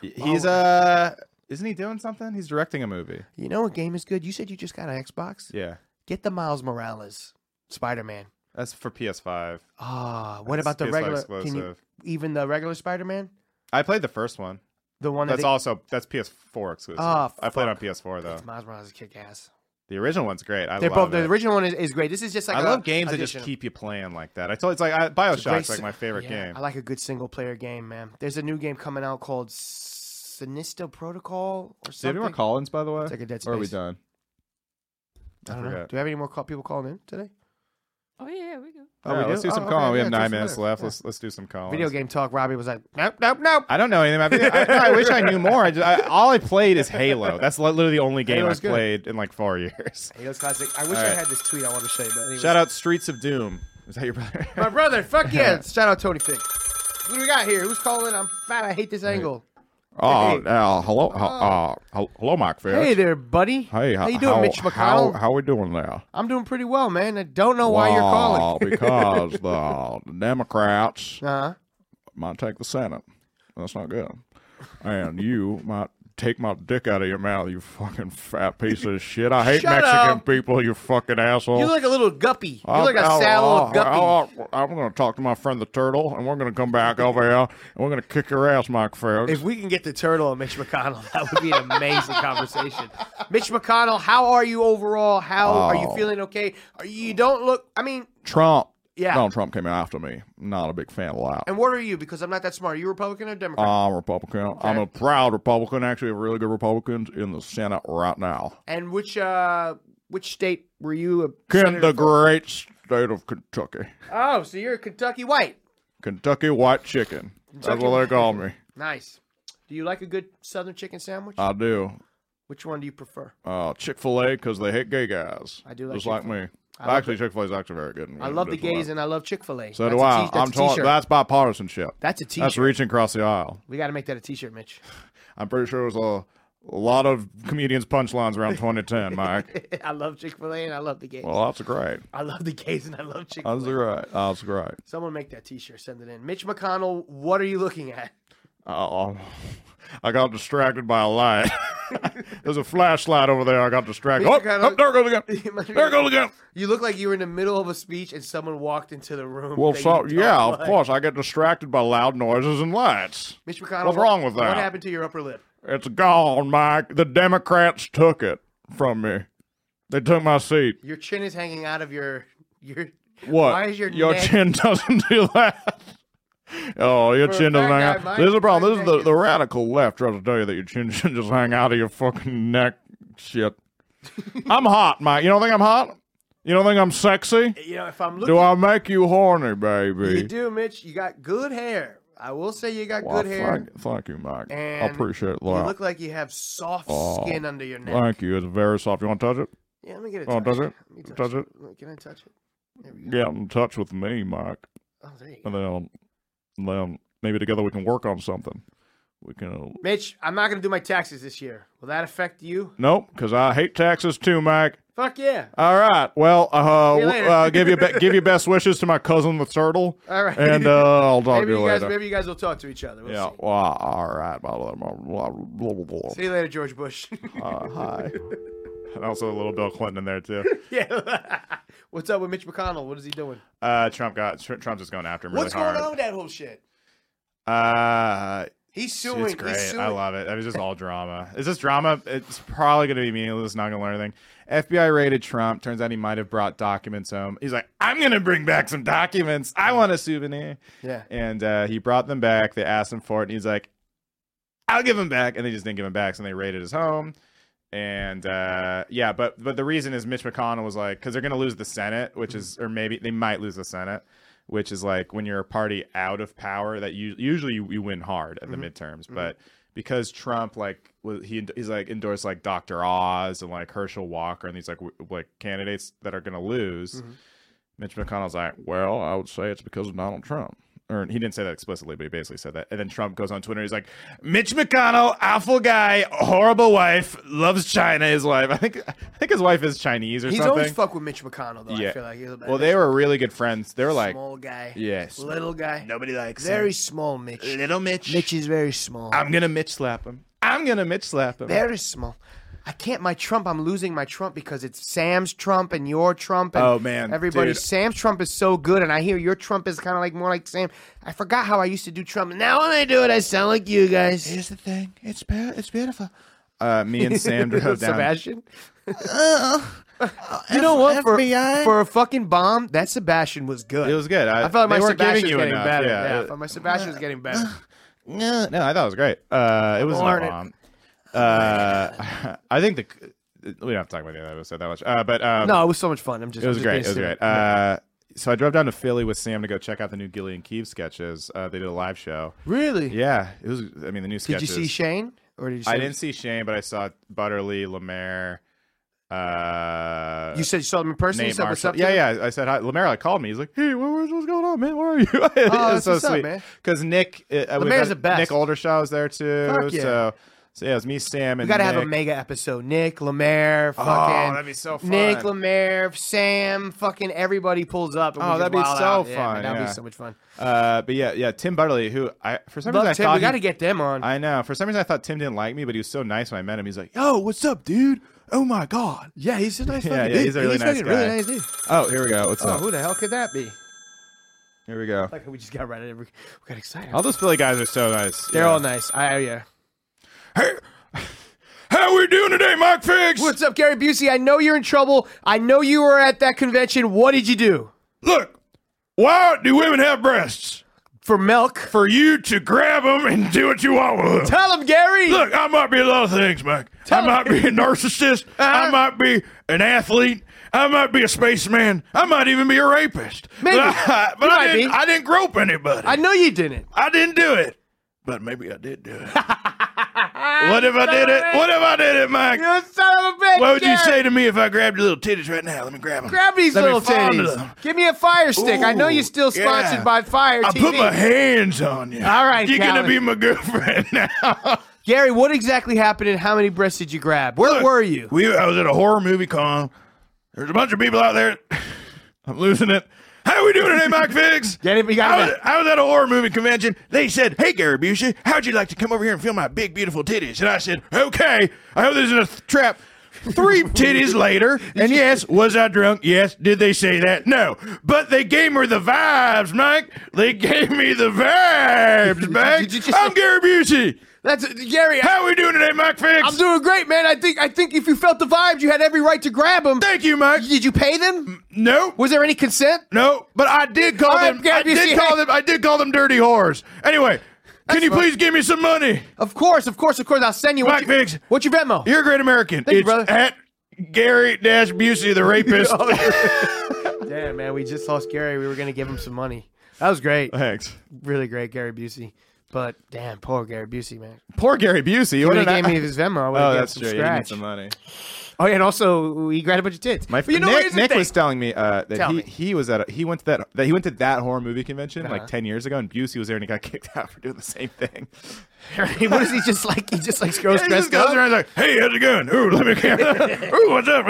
He's uh, isn't he doing something? He's directing a movie.
You know what game is good? You said you just got an Xbox.
Yeah,
Get the Miles Morales Spider Man.
that's for PS5.
Ah, what
That's
about the
PS5
regular? Can you,
exclusive.
even the regular Spider Man?
I played the first one.
The one that
that's
they-
also that's PS4 exclusive.
Oh,
I played on
fuck.
PS4 though.
Miles Morales kick ass.
The original one's great. I
They're
love
both. The
it.
original one is, is great. This is just like
I
a
love games that just
addition.
keep you playing like that. I told it's like I,
It's a great
Bioshock's like
si-
my favorite
Yeah,
game.
I like a good single player game, man. There's a new game coming out called Sinisto Protocol or
Did we
something.
more Collins by the way?
It's like a Dead
Or are we
Space.
done?
I don't know.
forgot.
Do we have any more call- people calling in today?
Oh yeah, we go.
Oh,
Yeah,
we
let's
do?
do some
Oh, okay,
Collins. we
yeah,
have
do
nine
some
minutes
later.
left.
Yeah.
Let's let's do
*laughs*
some Collins.
Video game talk. Robbie was like, nope, nope, nope.
I don't know anything about video.
*laughs*
I, I wish I knew more. I just, I, all I played is Halo. That's li- literally the only game
Halo's
I've
good.
played in like four years.
Halo's classic. I
All
wish I
right.
had this tweet. I want to show you, but anyways.
*laughs* Shout out Streets of Doom. Is that your brother?
my brother. Fuck yeah! *laughs* Shout out Tony Fig. What do we got here? Who's calling? I'm fat. I hate this angle.
*laughs* Oh,
Hey.
uh, hello, uh, uh, hel- hello, Mark. Fish.
Hey there, buddy.
Hey,
how
h-
you doing,
how,
Mitch
How,
McConnell?
how we doing there?
I'm doing pretty well, man. I don't know why you're
Well,
calling. *laughs*
because the, the Democrats
uh-huh.
might take the Senate. That's not good. And you might take my dick out of your mouth, you fucking fat piece of shit. I hate
Shut
Mexican
up.
people, you fucking asshole.
You're like a little guppy. You're
I'll-
like a
I'll-
sad little
I'll-
guppy.
I'll- I'll- I'm going to talk to my friend the turtle, and we're going to come back over here, and we're going to kick your ass, Mike Ferris.
If we can get the turtle and Mitch McConnell, *laughs* that would be an amazing conversation. Mitch McConnell, how are you overall? How are you
Oh.
feeling? Okay, Are you you don't look. I mean,
Trump.
Yeah.
Donald Trump came after me. Not a big fan of that.
and what are you? Because I'm not that smart. Are you Republican or Democrat?
I'm a Republican. I'm a proud Republican. Actually, a really good Republicans in the Senate right now.
and which uh which state were you? A
Can
senator
the
for?
great state of Kentucky,
Oh, so you're a Kentucky white.
Kentucky White Chicken. That's what they call me.
Nice. Do you like a good Southern chicken sandwich?
I do.
Which one do you prefer?
Uh, Chick Fil A because they hate gay guys.
I do like
just like
Chick-fil-A.
me.
I love
actually, Chick Fil A is actually very good. and
I love the
just like-
gays and I love Chick Fil A.
So do I. I'm talking. That's bipartisanship.
That's a
That's
t-shirt.
reaching across the aisle.
We got to make that a T-shirt, Mitch. *laughs*
I'm pretty sure it was A lot of comedians' punchlines around 2010,
*laughs*
Mike.
I love Chick Fil A and I love the gays.
Well, that's great.
I love the gays and I love Chick Fil A.
That's great. That's great.
Someone make that T-shirt. Send it in. Mitch McConnell. What are you looking at?
Oh, I got distracted by a light. *laughs* There's a flashlight over there. I got distracted. Oh,
Mitch McConnell-
oh, there it goes
*laughs*
again. There it goes again.
You look like you were in the middle of a speech and someone walked into the room.
Well,
that you
so
don't
yeah, of
like.
course, I get distracted by loud noises and lights.
Mitch McConnell.
What's
what-
wrong with that?
What happened to your upper lip?
It's gone, Mike. The Democrats took it from me. They took my seat.
Your chin is hanging out of your your.
What?
Why is your neck-
chin *laughs* doesn't do that. Oh, your
For a
chin doesn't
fact,
hang
I-
out.
my-
This is the problem.
my
This is the,
neck
the radical left trying to tell you that your chin *laughs* should just hang out of your fucking neck. Shit. I'm hot, Mike. You don't think I'm hot? You don't think I'm sexy?
You know, if I'm looking,
Do I make you horny, baby?
you do, Mitch. You got good hair. I will say you got
Well,
good hair.
Thank, thank you, Mike. I
And
appreciate that.
You look like you have soft
Oh,
skin under your neck.
Thank you. It's very soft. You want to touch it?
Yeah, let me get it.
You want to touch
touched.
Oh, it?
Let me
touch it.
Can I touch it?
Get in touch with me, Mike.
Oh, there you go.
And then, and then maybe together we can work on something. We can. uh,
Mitch, I'm not gonna do my taxes this year. Will that affect you?
Nope, because I hate taxes too, Mike.
Fuck yeah.
All right. Well, uh,
See you
w-
later.
uh give you
*laughs*
be- give you best wishes to my cousin the turtle.
All right.
And uh, I'll talk
maybe
to you,
guys,
later.
Maybe you guys will talk to each other. We'll
yeah.
see.
Well, all right. Blah, blah, blah, blah, blah, blah, blah.
See you later, George Bush. *laughs*
Uh, hi. *laughs* and also a little Bill Clinton in there
*laughs*
too.
yeah. *laughs* What's up with Mitch McConnell? What is he doing?
Uh, Trump got Tr- Trump's just going after him really
What's
hard.
going on with that whole shit?
Uh,
He's suing.
It's
He's
great. I
suing.
love it. That is just all drama. Is this drama? It's probably going to be meaningless. Not going to learn anything. FBI raided Trump. Turns out he might have brought documents home. He's like, I'm going to bring back some documents. I want a souvenir.
Yeah.
And uh, he brought them back. They asked him for it, and he's like, I'll give them back. And they just didn't give him back. So they raided his home. And uh, yeah, but but the reason is Mitch McConnell was like, because they're going to lose the Senate, which is, or maybe they might lose the Senate, which is like when you're a party out of power that you usually you, you win hard at the
Mhm.
midterms,
Mhm.
but because Trump like was, he he's like endorsed like Dr. Oz and like Herschel Walker and these like w- like candidates that are going to lose.
Mhm.
Mitch McConnell's like, well, I would say it's because of Donald Trump. Or he didn't say that explicitly, but he basically said that. And then Trump goes on Twitter. He's like, Mitch McConnell, awful guy, horrible wife, loves China. His wife, *laughs* I think, I think his wife is Chinese or
He's
something.
always fuck with Mitch McConnell though. I feel like he's a
well, they were really good friends. They were like
small guy.
Yes.
Little guy. Nobody
likes
Very
him.
small Mitch.
Little Mitch.
Mitch is very small.
I'm gonna Mitch slap him. I'm gonna Mitch slap him.
Very small. I can't. My Trump. I'm losing my Trump because it's Sam's Trump and your Trump. And
Oh, man,
everybody.
dude.
Sam's Trump is so good, and I hear your Trump is kind of like more like Sam. I forgot how I used to do Trump, and now when I do it, I sound like you guys. Here's the thing. It's it's beautiful.
Uh, me
*laughs*
and Sam drove down.
Sebastian. you know what? For,
FBI?
for a fucking bomb, that Sebastian was good.
It was good. I,
I felt
they
like my
weren't
Sebastian
giving
was
you
getting
enough,
better.
yeah.
Yeah,
It-
but my Sebastian was getting better.
*sighs* No, no, I thought it was great. Uh, it was an
Learn it.
bomb. Uh, I think the we don't have to talk about the other episode that much. Uh, but um,
no, it was so much fun. I'm just.
it was
I'm just
great.
being
It was
silly.
great. Uh, so I drove down to Philly with Sam to go check out the new Gilly and Keeve sketches. Uh, they did a live show.
Really?
Yeah, it was. I mean, the new
Did you
sketches.
see Shane? Or did you? See
I didn't see Shane, but I saw Butterly, Lemaire. Uh,
You said you saw them in person. you
Nate
said what's
Marshall.
up? to them?
yeah, yeah. I said hi. Lemaire like, called me. He's like, hey, what- what's, what's going on, man? Where are you? *laughs* oh,
that's what's up, man.
Because Nick, uh, we've
Lemaire's
had-
the best.
Nick Oldershaw was there too.
Fuck yeah.
So, so yeah, it was me, Sam,
We
and
gotta have a
Nick.
mega episode. Nick Lemaire,
Oh,
fucking
that'd be so fun.
Nick Lemaire, Sam, fucking everybody pulls up. and we
Oh, that'd be
just
so
wild out.
fun.
Yeah, man, that'd
yeah.
be so much fun.
Uh, but yeah, yeah, Tim Butterly, who I for some
Love
reason
Tim.
I thought
We
he-
gotta get them on.
I know. For some reason, I thought Tim didn't like me, but he was so nice when I met him. He's like, "Yo, what's up, dude? Oh my god."
Yeah, he's a
*laughs*
nice
yeah,
fucking
yeah,
dude.
he's a really
he's
nice
fucking
guy.
really nice dude.
Oh, here we go. What's
oh,
up?
who the hell could that be?
Here we go.
Like we just got right at every. We got excited.
All those Philly guys are so nice.
They're
Yeah.
all nice. I yeah.
How we doing today, Mike Figs?
What's up, Gary Busey? I know you're in trouble. I know you were at that convention. What did you do?
Look, why do women have breasts?
For milk. For
you to grab them and do what you want with them.
Tell him, Gary.
Look, I might be a lot of things, Mike. I might be a narcissist.
Ah.
I might be an athlete. I might be a spaceman. I might even be a rapist. *laughs*
Maybe.
But I, but
You
I
might
didn't,
be.
I didn't grope anybody.
I know you didn't.
I didn't do it. But maybe I did do it.
Ah,
what if I
son
did
of a
it?
bitch.
What if I did it, Mike?
You son of a bitch!
What would you
Garrett.
say to me if I grabbed your little titties right now? Let me grab them.
Grab these
Let me
little
fondle
titties.
them.
Give me a fire stick. I know
Ooh,
you're still sponsored
yeah.
by Fire
I
TV.
put my hands on you.
All right,
You're
Calvin.
gonna be my girlfriend now.
Gary, what exactly happened and how many breasts did you grab? Where
Look,
were you?
We I was at a horror movie con. There's a bunch of people out there. *laughs* I'm losing it. How are we doing today, Mike
*laughs*
Figs? I, was, I was at a horror movie convention. They said, "Hey, Gary Busey, how'd you like to come over here and feel my big, beautiful titties?" And I said, "Okay. I hope this isn't a th- trap." Three titties later, and yes, was I drunk? Yes. Did they say that? No. But they gave me the vibes, Mike. They gave me the vibes, Mike. I'm Gary Busey.
That's Gary.
How are we doing today, Mike Figs?
I'm doing great, man. I think I think if you felt the vibes, you had every right to grab them.
Thank you, Mike.
Did you pay them?
No.
Was there any consent?
No, but I did call
All right,
them.
Gary
I did
Busey,
call
hey.
them. I did call them dirty whores. Anyway, can you please give me some money?
Of course, of course, of course. I'll send you.
Mike
What's your,
Biggs.
what's your Venmo?
You're a great American.
Thank you,
it's
brother.
at Gary Dash Busey, the rapist.
Damn, man, we just lost Gary. We were gonna give him some money. That was great.
Thanks.
Really great, Gary Busey. But damn, poor Gary Busey, man.
Poor Gary Busey.
He
What
would've
an-
gave me his Venmo. I would've
oh,
gave
that's
some
true. You need
scratch.
some money.
Oh, yeah, and also he grabbed a bunch of tits.
My
But you know, here's
Nick,
the
Nick
thing.
was telling me uh, that
Tell
he,
me.
he was at a, he went to that, that he went to that horror movie convention
Uh-huh.
like ten years ago, and Busey was there and he got *laughs* kicked out for doing the same thing.
*laughs* what is he just like? He just like
Yeah, *laughs*
girls
he just
dressed
goes
up.
around like, "Hey, how's it going? Ooh, let me get. *laughs* Ooh, what's up?"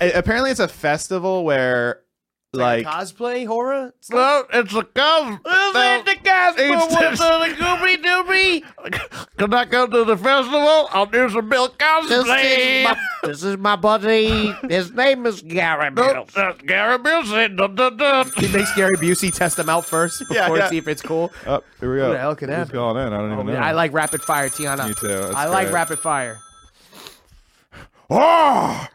A- Apparently, it's a festival where like
Cosplay horror?
No, it's a cosplay.
Is it the gospel?
It's
What's
the-
the goobly doobly?
Can I go to the festival? I'll do some Bill
This is,
Cosby.
my, this is my buddy. His name is Gary
No,
Busey.
that's Gary Busey. Dun, dun, dun.
He makes Gary Busey test them out *laughs* first before
Yeah, yeah.
see if it's cool.
Oh, here we go.
Who the hell could
Who's
happen?
calling in? I don't
Oh,
even
man,
know.
I like rapid fire, Tiana.
Me too. That's
I like
great.
rapid fire.
Oh,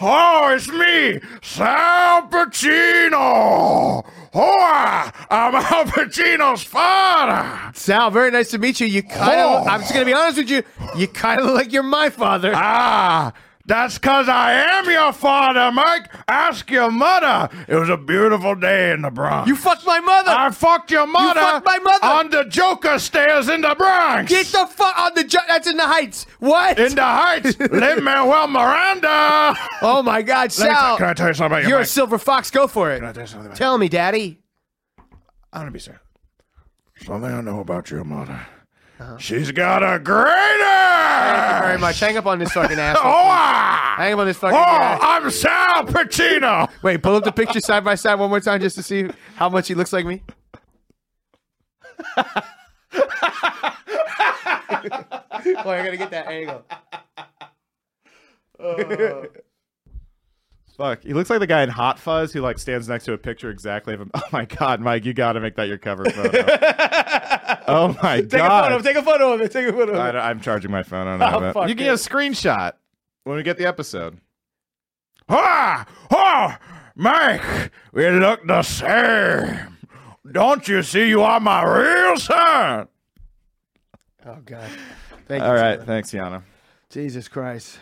oh, it's me, Sal Pacino. Oh, I- I'm *laughs* Al Pacino's father.
Sal, very nice to meet you. You kind of,
Oh.
I'm just going to be honest with you, you kind of look like you're my father.
Ah, that's 'cause I am your father, Mike. Ask your mother. It was a beautiful day in the Bronx.
You fucked my mother.
I fucked your mother.
fucked my mother.
on the Joker stairs in the Bronx.
Get the fuck on the ju- That's in the Heights. What?
in the
*laughs*
Heights, Lin Manuel Miranda.
oh my God,
Let me t-
Sal.
can I tell you something about your
You're a
mic?
silver fox. Go for it.
Can I tell you something about
Tell me, Daddy.
I'm gonna be serious. Something I know about your mother. She's got a greater.
Uh-huh. Thank you very much. Hang up on
*laughs*
this fucking asshole.
Oh,
please.
ah!
Hang up on this
oh
fucking asshole.
I'm Sal Pacino.
Wait, pull up the picture side by side one more time just to see how much he looks
*laughs*
like me. Boy, I gotta get that angle.
*laughs* Fuck. He looks like the guy in Hot Fuzz who like stands next to a picture exactly of him. *laughs* Oh my god, Mike, you got to make that your cover
*laughs*
photo. oh my
Take a photo.
god.
Take a photo of it. Take a photo
I
*laughs* of it.
am charging my phone. I don't
Oh,
have it.
fuck
You can
it.
get a screenshot when we get the episode.
Ah, oh, Mike, we look the same. Don't you see? You are my real son.
Oh god. Thank
All
you.
right,
Tiana.
thanks, Yana.
Jesus Christ.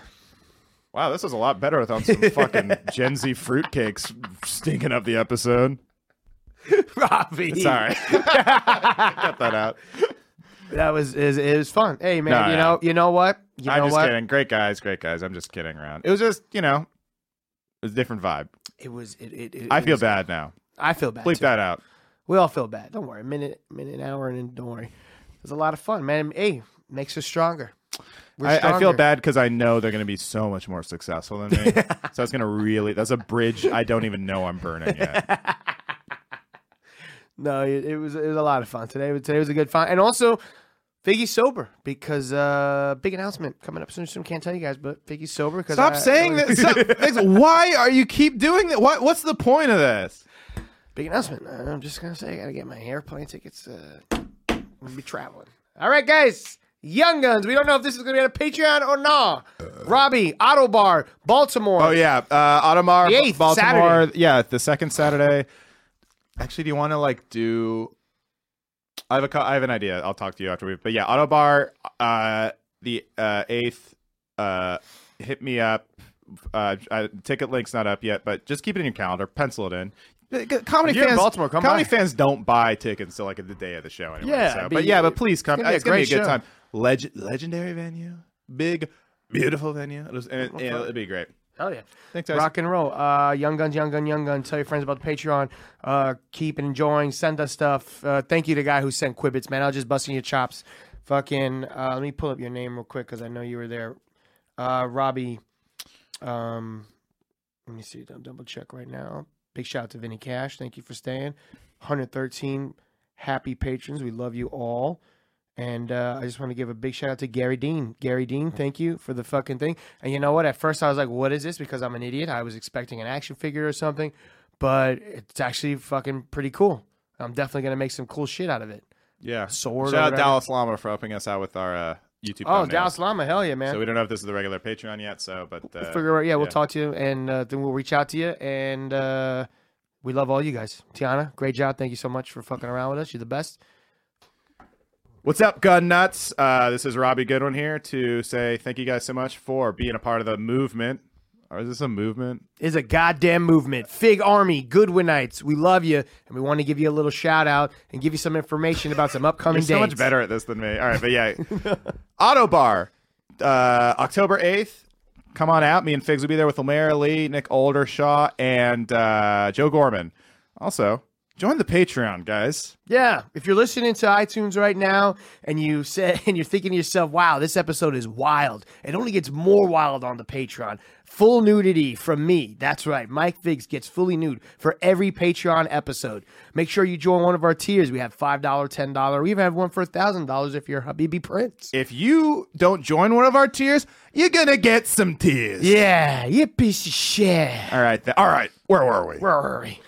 Wow, this was a lot better without
*laughs*
some fucking Gen Z fruitcakes stinking up the episode.
Robbie.
It's all
*laughs*
right. Cut that out.
That was it, was- it was fun. Hey man,
No,
you
no.
know you know what? You
I'm
know
just
what?
kidding. Great guys, great guys. I'm just kidding around. It was just, you know, it was a different vibe.
It was it, it, it
I feel
was-
bad now.
I feel bad.
Bleep
too.
that out.
We all feel bad. Don't worry. A minute minute an hour and then don't worry. It was a lot of fun, man. Hey, makes us stronger. We're
I, I feel
stronger.
bad because I know they're going to be so much more successful than
*laughs*
me. so it's going to really, that's a bridge I don't even know I'm burning
*laughs*
yet.
No, it, it was it was a lot of fun today. Today was a good fun, and also Figgy's sober because uh big announcement coming up soon. Soon can't tell you guys, but Figgy's sober because
Stop
I-
saying
I
that.
was- *laughs*
Stop, thanks. why are you keep doing that? What, what's the point of this?
big announcement. Uh, I'm just gonna say I gotta get my airplane tickets. Uh, I'm gonna be traveling. All right, guys. Young Guns. We don't know if this is gonna be on a Patreon or not. Robbie Autobar, Baltimore.
Uh. Oh, yeah. Uh, Audemars,
The eighth,
Baltimore.
Saturday.
Yeah, the second Saturday. Actually, do you want to like do. I have a, co- I have an idea. I'll talk to you after we. But yeah, Autobar, uh, the uh, eighth, uh, hit me up. Uh, I, ticket link's not up yet, but just keep it in your calendar. Pencil it in.
Comedy
If you're in
fans.
Baltimore,
come
Uh, comedy
by.
fans don't buy tickets till like the day of the show anyway.
Yeah,
so-
it'd
but
be-
yeah, but please come.
it's gonna be a
It's gonna be a,
great
good
show.
time. Leg- legendary venue, big, beautiful venue. It was, and it, and it'd be great.
Hell yeah.
Thanks, guys.
Rock and roll. Uh, young Guns, Young Gun, Young Gun. Tell your friends about the Patreon. Uh, keep enjoying. Send us stuff. Uh, thank you to the guy who sent Quibbits, man. I was just busting your chops. Fucking, uh, let me pull up your name real quick because I know you were there. Uh, Robbie, um, let me see. I'll double check right now. Big shout out to Vinny Cash. Thank you for staying. 113 happy patrons. We love you all. And uh, I just want to give a big shout out to Gary Dean. Gary Dean, thank you for the fucking thing. And you know what? At first, I was like, what is this? Because I'm an idiot. I was expecting an action figure or something, but it's actually fucking pretty cool. I'm definitely going to make some cool shit out of it.
Yeah.
Sword. or
Shout out
whatever.
Dallas Lama for helping us out with our uh, YouTube.
Oh,
thumbnails.
Dallas Lama. Hell yeah, man.
So we don't know if this is the regular Patreon yet. So, but uh,
figure out. Yeah, we'll talk to you, and uh, then we'll reach out to you. And uh, we love all you guys. Tiana, great job. Thank you so much for fucking around with us. You're the best.
What's up, gun nuts? Uh, this is Robbie Goodwin here to say thank you guys so much for being a part of the movement. Or is this a movement?
It's a goddamn movement. Fig Army, Goodwinites, we love you, and we want to give you a little shout out and give you some information about some upcoming
You're so much
dates.
better at this than me. All right, but yeah, *laughs* Autobar, uh, October eighth. Come on out. Me and Figs will be there with Lamar Lee, Nick Aldershaw, and uh, Joe Gorman. Also, join the Patreon, guys.
Yeah, if you're listening to iTunes right now and you said *laughs* and you're thinking to yourself, "Wow, this episode is wild." It only gets more wild on the Patreon. Full nudity from me. That's right. Mike Figs gets fully nude for every Patreon episode. Make sure you join one of our tiers. We have $5, $10. We even have one for $1,000 if you're Habibi Prince.
If you don't join one of our tiers, you're gonna get some tears.
Yeah, you piece of shit.
All right, th- all right. Where were we?
Where were we?